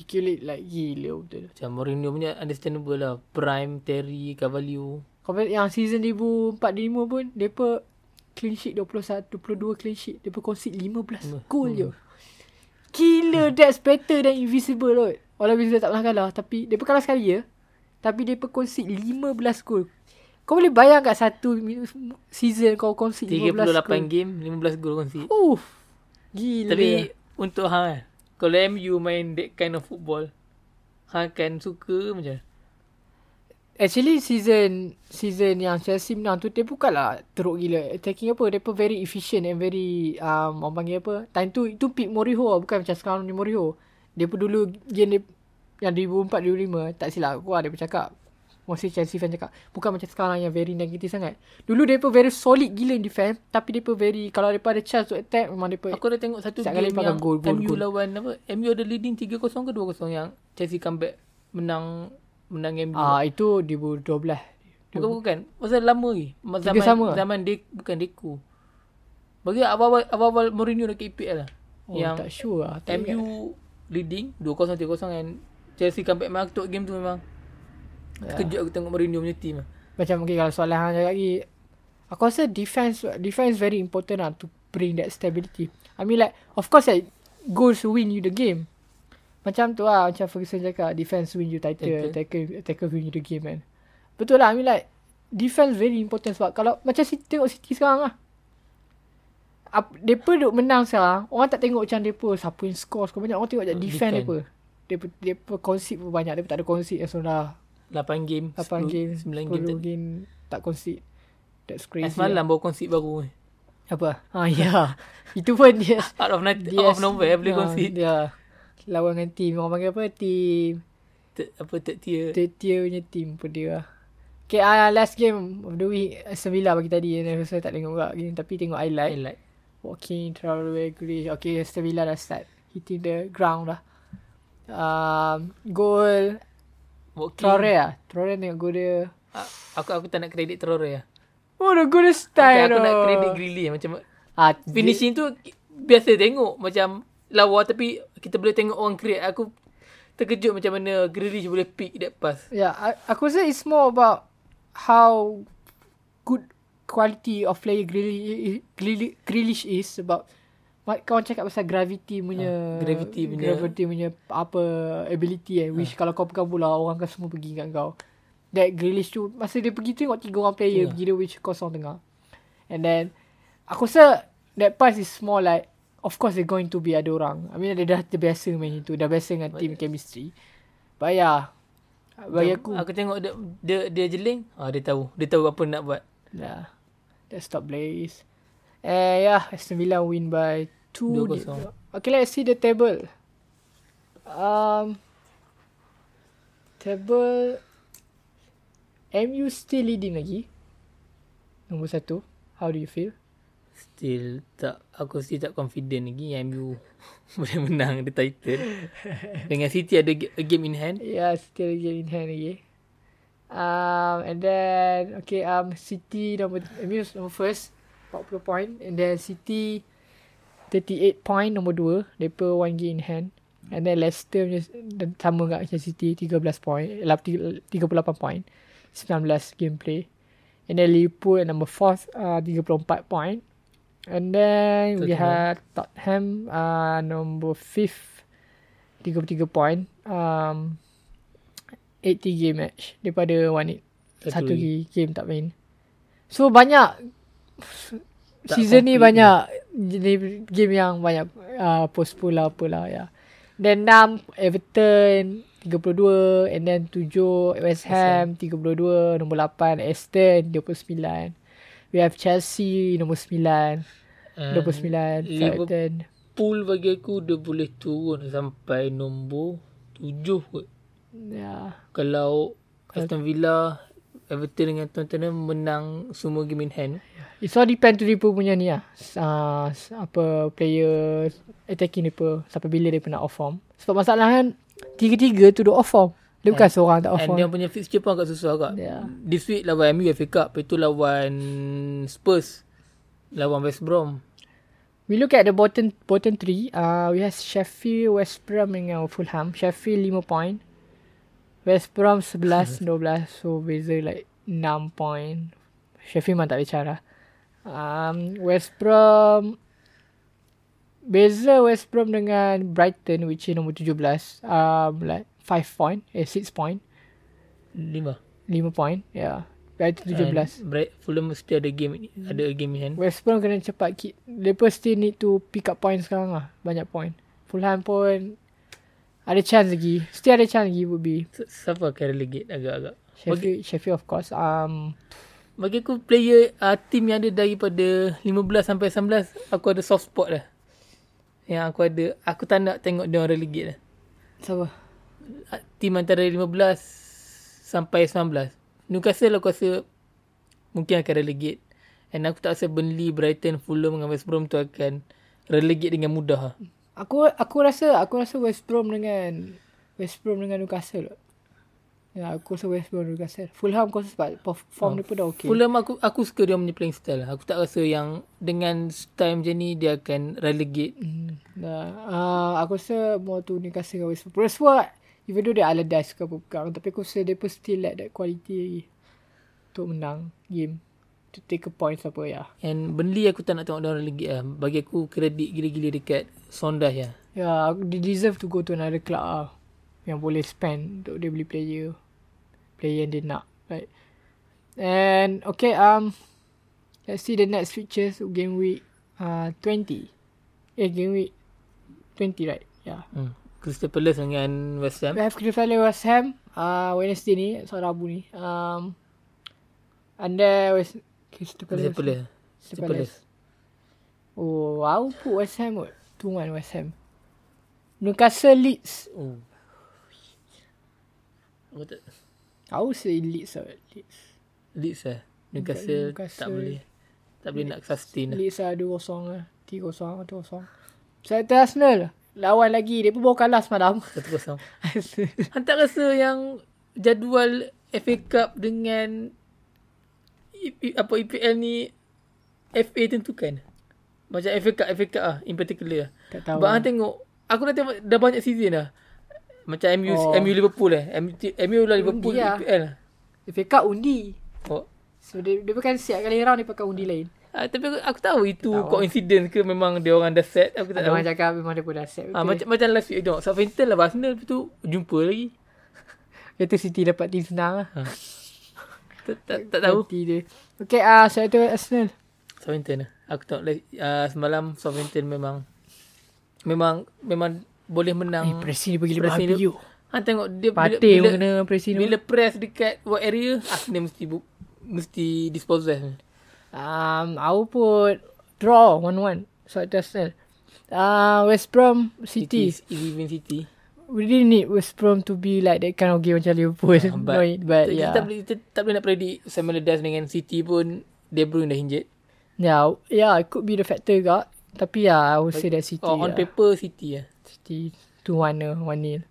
A: Fikir balik like Gila betul
B: Macam Mourinho punya understandable lah. Prime, Terry, Cavalio.
A: Kau balik yang season 2004-2005 pun Mereka Clean sheet 21 22 clean sheet Mereka concede 15 Goal je Gila That's better than Invisible kot Walau Invisible tak pernah kalah Tapi Mereka kalah sekali je Tapi mereka concede 15 goal Kau boleh bayang kat satu mi- Season kau concede 15 goal
B: 38 game, 15 gol kongsi.
A: Uff Gila
B: Tapi untuk hang kan, kalau MU main that kind of football, hang akan suka macam mana?
A: Actually season Season yang Chelsea menang tu Dia bukanlah teruk gila Attacking apa Dia very efficient And very um, Orang panggil apa Time tu Itu peak Moriho Bukan macam sekarang ni Moriho Dia pun dulu Game dia Yang 2004-2005 Tak silap aku lah Dia pun cakap Mostly Chelsea fan cakap Bukan macam sekarang Yang very negatif sangat Dulu dia pun very solid gila in defense Tapi dia pun very Kalau dia pun ada chance Untuk attack Memang dia pun
B: Aku dah tengok satu
A: Setiap kali
B: game
A: pakai
B: yang
A: gol, gol,
B: MU
A: gol.
B: lawan apa? MU ada leading 3-0 ke 2-0 yang Chelsea comeback menang menang MU.
A: Ah Itu 2012
B: bukan bukan. Masa lama lagi. Ma-
A: Tiga sama
B: Zaman sama.
A: ah?
B: zaman Dek bukan Deku. Bagi awal-awal awal-awal Mourinho dekat EPL lah.
A: Oh
B: yang
A: tak sure lah tak ingat.
B: MU leading 2-0 3-0 and Chelsea comeback memang aku tengok game tu memang
A: Ya.
B: terkejut aku tengok Mourinho punya team lah.
A: Macam okay, kalau soalan hang cakap lagi Aku rasa defense Defense very important lah To bring that stability I mean like Of course like Goals win you the game Macam tu lah Macam Ferguson cakap Defense win you title
B: Title.
A: Attacker attacker win you the game man Betul lah I mean like Defense very important sebab Kalau macam City, tengok City sekarang lah Ap, Depa duk menang sekarang Orang tak tengok macam depa Siapa yang score Score banyak Orang tengok macam
B: Hmm,
A: defense
B: defend.
A: depa Depa Depa concede pun banyak Depa tak ada concede eh, So dah
B: 8 game
A: 8 game 10
B: 9 game tak-
A: game tak concede that's
B: Eh,
A: crazy
B: Semalam baru kongsi baru ni.
A: lah. apa ah ya yeah. itu pun dia
B: Out of, night,
A: dia
B: out of nowhere boleh
A: ah,
B: kongsi
A: dia lawan dengan team orang panggil apa team
B: third, apa third tier.
A: third tier punya team pun dia lah Okay, uh, last game of the week eh, Sevilla bagi tadi Dan saya tak tengok juga game Tapi tengok highlight
B: Highlight.
A: Walking, Traore, Grealish Okay, Sevilla dah start Hitting the ground lah um, Goal
B: Walking.
A: Traore lah Traore tengok goal dia
B: Ah, Aku aku tak nak credit Traore lah.
A: Oh, the goal dia
B: Okay,
A: style
B: aku nak
A: doh.
B: credit Grealish lah. Macam
A: Ah, dia-
B: finishing tu biasa tengok. Macam lawa tapi kita boleh tengok orang create. Aku terkejut macam mana Grealish boleh pick that pass.
A: Yeah, I, aku rasa it's more about how good quality of player Grealish, Grealish, Grealish is sebab ma- kau orang cakap pasal gravity punya
B: Ah, gravity punya- Ah.
A: gravity punya apa ability eh which kalau kau pegang bola orang kan semua pergi kat kau. That Grealish tu masa dia pergi tu tengok tiga orang player
B: Yeah.
A: pergi dia which kosong tengah. And then aku rasa that pass is more like of course they're going to be ada orang. I mean dia dah terbiasa main itu, dah biasa dengan team chemistry. But yeah, bagi aku
B: Aku tengok dia dia, dia jeling. Ah, dia tahu. Dia tahu apa nak buat.
A: Yeah. Desktop Blaze. Eh yeah, Aston Villa win by 2.
B: 2-0.
A: Okay, let's see the table. Um table MU still leading lagi. Nombor satu. How do you feel?
B: Still tak aku still tak confident lagi yang MU boleh menang the title. Dengan City ada ge- a game in hand.
A: Yeah, still game in hand lagi. Um, and then okay um City number MU is number first 40 point and then City 38 point nombor 2 Mereka one game in hand And then Leicester punya dan sama kat macam City 13 point eh, lap- tiga- 38 point 19 game play And then Liverpool at number 4 uh, 34 point And then we
B: Tottenham.
A: had Tottenham uh, number 5 33 point um, 80 game match daripada one
B: Satu
A: satu lagi game tak main. So banyak
B: Tak
A: season ni
B: complete
A: banyak jenis game yang banyak uh, postpone lah apalah ya. Then 6 Everton 32 and then 7 West Ham 32 nombor 8 Aston 29. We have Chelsea nombor 9
B: And
A: 29 Southampton
B: Liverpool bagi aku dia boleh turun sampai nombor tujuh kot.
A: ya
B: Kalau Aston Villa, Everton dengan Tottenham menang semua game in hand.
A: It's all depend to Liverpool punya ni lah. Uh, apa player attacking Liverpool. Sampai bila dia nak off form. Sebab masalah kan tiga-tiga tu duk off form. Dia bukan seorang tak off
B: And
A: form.
B: dia punya fixture pun agak susah agak.
A: Yeah.
B: This week lawan MU FA Cup. Lepas tu lawan Spurs. Lawan West Brom.
A: We look at the bottom bottom three. Uh, we have Sheffield, West Brom dengan Fulham. Sheffield 5 point. West Brom 11, 12. So, beza like 6 point. Sheffield memang tak bicara. Um, West Brom Beza West Brom dengan Brighton which is nombor 17 um, like 5 point eh 6 point
B: Lima.
A: 5 point yeah Brighton 17
B: And Bright, Fulham mesti ada game ada a game in hand.
A: West Brom kena cepat kick. Mereka still need to pick up points sekarang lah. Banyak point. Fulham pun ada chance lagi. Still ada chance lagi would be.
B: Si- Siapa akan relegate agak-agak?
A: Sheffield, Sheffield of course. Um,
B: Bagi aku player uh, team yang ada daripada 15 sampai 19 aku ada soft spot lah. Yang aku ada aku tak nak tengok dia orang relegate lah.
A: siapa?
B: Uh, team antara 15 sampai 19. Newcastle aku rasa mungkin akan relegate. And aku tak rasa Burnley, Brighton, Fulham dengan West Brom tu akan relegate dengan mudah. lah.
A: Aku aku rasa aku rasa West Brom dengan West Brom dengan Newcastle. Ya, aku rasa West Brom Newcastle. Fulham aku rasa sebab perform dia pun dah okay.
B: Fulham aku aku suka dia punya playing style. lah. Aku tak rasa yang dengan style macam ni dia akan relegate.
A: Hmm, Nah, uh, aku rasa more to Newcastle dengan West Brom. Perasua, even though dia Allardyce ke apa bukan, tapi aku rasa dia pun still lack that quality lagi. Untuk menang game. To take a point apa ya.
B: And Burnley aku tak nak tengok dia orang relegate lah. Bagi aku kredit gila-gila dekat Sondas ya.
A: Ya, yeah, aku- dia deserve to go to another club lah. Yang boleh spend untuk dia beli player. Player yang dia nak. Right. And, okay, um, let's see the next features of game week uh, 20. Eh, game week 20, right? Ya. Yeah.
B: Hmm. Crystal Palace dengan West Ham.
A: We have Crystal Palace West Ham uh, Wednesday ni So Rabu ni um, And then West Crystal Palace
B: Crystal Palace. Crystal Palace.
A: Oh I'll put West Ham kot 2-1 West Ham Newcastle Leeds
B: Oh. Aku tak
A: I would say Leeds lah Leeds
B: Leeds lah. Newcastle,
A: Newcastle.
B: tak boleh. Tak boleh nak sustain lah.
A: Leeds lah 2-0 lah 3-0 2-0 Saya so, Arsenal Lawan lagi Dia pun baru kalah semalam
B: Satu kosong. Hang tak rasa yang jadual FA Cup dengan EP, apa EPL ni FA tentukan? Macam FA Cup, FA Cup lah in particular lah.
A: Tak tahu
B: Sebab hang tengok, aku dah tengok dah banyak season dah. Macam MU,
A: Oh.
B: oh. MU Liverpool eh. MU, MU lah Liverpool
A: Undi lah.
B: EPL lah.
A: Dia pick up undi
B: Oh.
A: So dia, dia bukan siap kali round Dia pakai undi lain
B: Ah, tapi aku, aku tahu itu coincidence ke memang dia orang dah set. Aku
A: Ada
B: tak tahu.
A: orang cakap Memang dia pun dah set betul.
B: Ah, macam macam last week tengok Southampton lah Arsenal lepas tu jumpa lagi.
A: Kata City dapat team senang lah.
B: Tak tak, tak tahu.
A: Nanti dia. Okay, ah uh, saya tu Arsenal.
B: Southampton lah. Aku tengok like, uh, semalam Southampton memang memang memang boleh menang.
A: Eh, presi dia pergi lepas
B: Pressing
A: babi
B: dia-
A: you.
B: Ha tengok dia
A: Patih pun kena presi ni.
B: bila, bila press dekat wide area Arsenal mesti bu, mesti lah. dispossess.
A: Um, aku pun draw 1-1. So itu Arsenal. Ah, West Brom City.
B: City is even City.
A: We really need West Brom to be like that kind of game macam Liverpool. but,
B: Ah,
A: no, but
B: kita,
A: yeah.
B: tak boleh kita tak boleh nak predict Samuel Diaz dengan City pun De Bruyne dah injet.
A: Yeah, yeah, it could be the factor juga. Tapi ya, yeah, I would say that City.
B: Oh, on
A: lah.
B: paper City lah.
A: City 2-1 lah, 1-0.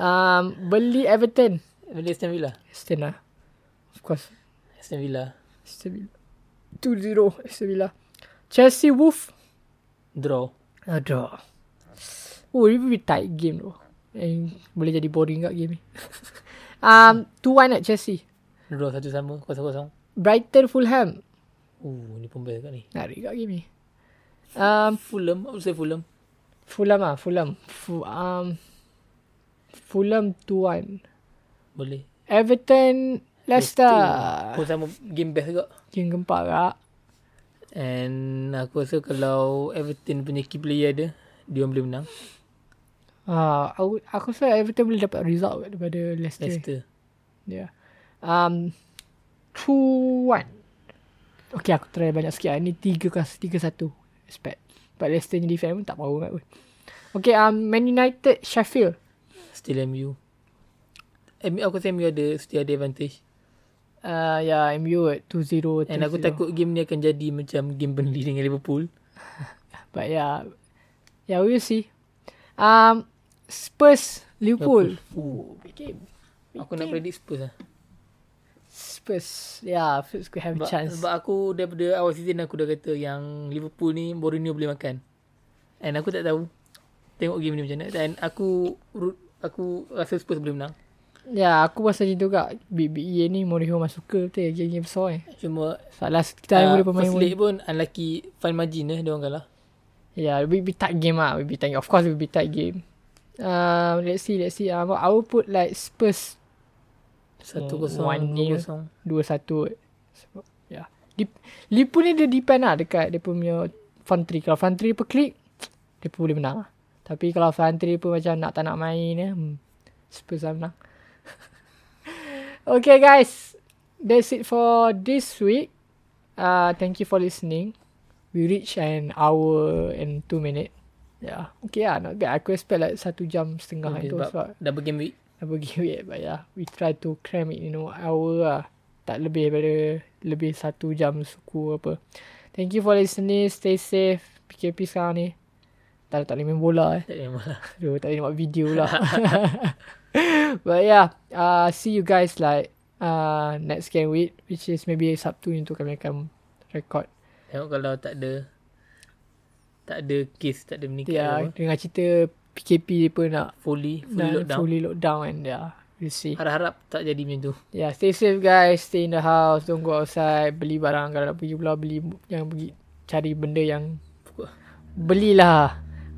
A: Um, beli Everton.
B: Beli Aston Villa.
A: Aston lah. Of course.
B: Aston Villa.
A: Aston Villa. 2-0 Aston Villa. Chelsea Wolf.
B: Draw.
A: A draw. Oh, ini be tight game tu. Eh, boleh jadi boring kat game ni. um, 2-1 at Chelsea.
B: Draw satu sama. Kosong-kosong.
A: Brighton Fulham.
B: Uh, ni pun best kat ni.
A: Menarik kat game ni. Um,
B: Fulham. Aku say Fulham.
A: Fulham ah, Fulham. Fu, um, Fulham 2-1.
B: Boleh.
A: Everton Leicester.
B: Pun sama game best juga.
A: Game gempak kak.
B: And aku rasa kalau Everton punya key player dia, dia orang boleh menang.
A: Ah, aku, aku rasa Everton boleh dapat result kot daripada Leicester. Leicester.
B: Leicester.
A: Yeah. Ya. Um, 2-1. Okay, aku try banyak sikit lah. Ni 3 kas 3-1. Expect. But Leicester ni defense pun tak power sangat pun. Okay, um, Man United, Sheffield.
B: Still MU. MU aku rasa MU ada still ada advantage.
A: Uh, ya, yeah, MU at 2-0.
B: And aku
A: 3-0.
B: takut game ni akan jadi macam game Burnley dengan Liverpool.
A: But yeah, yeah, we'll see. Um, Spurs, Liverpool. Ooh,
B: Oh,
A: big game.
B: Aku nak predict Spurs lah.
A: Spurs, yeah, Spurs could have a
B: Sebab,
A: chance.
B: sebab aku daripada awal season aku dah kata yang Liverpool ni Mourinho boleh makan. And aku tak tahu tengok game ni macam mana. Dan aku root- aku rasa Spurs boleh menang.
A: Ya, aku rasa macam tu kak. BBE ni Mourinho masuk ke betul game-game besar eh.
B: Cuma ah,
A: Salah time boleh pemain
B: first
A: pun.
B: leg pun unlucky fine margin eh dia orang kalah.
A: Ya, it will be tight game ah. It will be tight. Of course it will be tight game. Um, let's see, let's see. Um, I will put like Spurs
B: 1-0,
A: One nil.
B: 2-0.
A: 2-1. Sebab, ya. Yeah. Dip- Liverpool ni dia depend lah dekat dia punya Fantri. Kalau Fantri per klik, dia pun boleh menang lah. Tapi kalau Fantri pun macam nak tak nak main ya, hmm, Spurs lah menang. okay guys, that's it for this week. Uh, thank you for listening. We reach an hour and two minute. Yeah, okay lah. Not bad. Aku expect like satu jam setengah okay,
B: Okay,
A: itu
B: sebab
A: sebab
B: dah bergame week.
A: Apa give it But yeah We try to cram it in one hour lah Tak lebih daripada Lebih satu jam suku apa Thank you for listening Stay safe PKP sekarang ni Tak tak boleh main bola eh
B: Tak ada malah.
A: Aduh tak boleh buat video lah But yeah uh, See you guys like uh, Next game week Which is maybe Sabtu ni tu kami akan Record
B: Tengok kalau tak ada tak ada kes, tak ada menikah
A: Ya
B: yeah. apa.
A: yeah, Dengan cerita PKP dia pun nak
B: Fully, fully
A: nak
B: lockdown.
A: Fully lockdown and yeah We'll see
B: Harap-harap tak jadi macam tu.
A: Yeah, Ya, stay safe guys. Stay in the house. Don't go outside. Beli barang. Kalau nak pergi pula beli. Jangan pergi cari benda yang...
B: Pukul.
A: Belilah.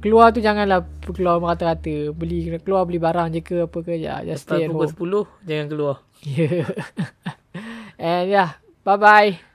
A: Keluar tu janganlah keluar merata-rata. Beli keluar beli barang je ke apa ke. Ya, just
B: Lepas
A: stay at
B: pukul
A: home.
B: 10, jangan keluar.
A: Yeah. And yeah. ya, Bye-bye.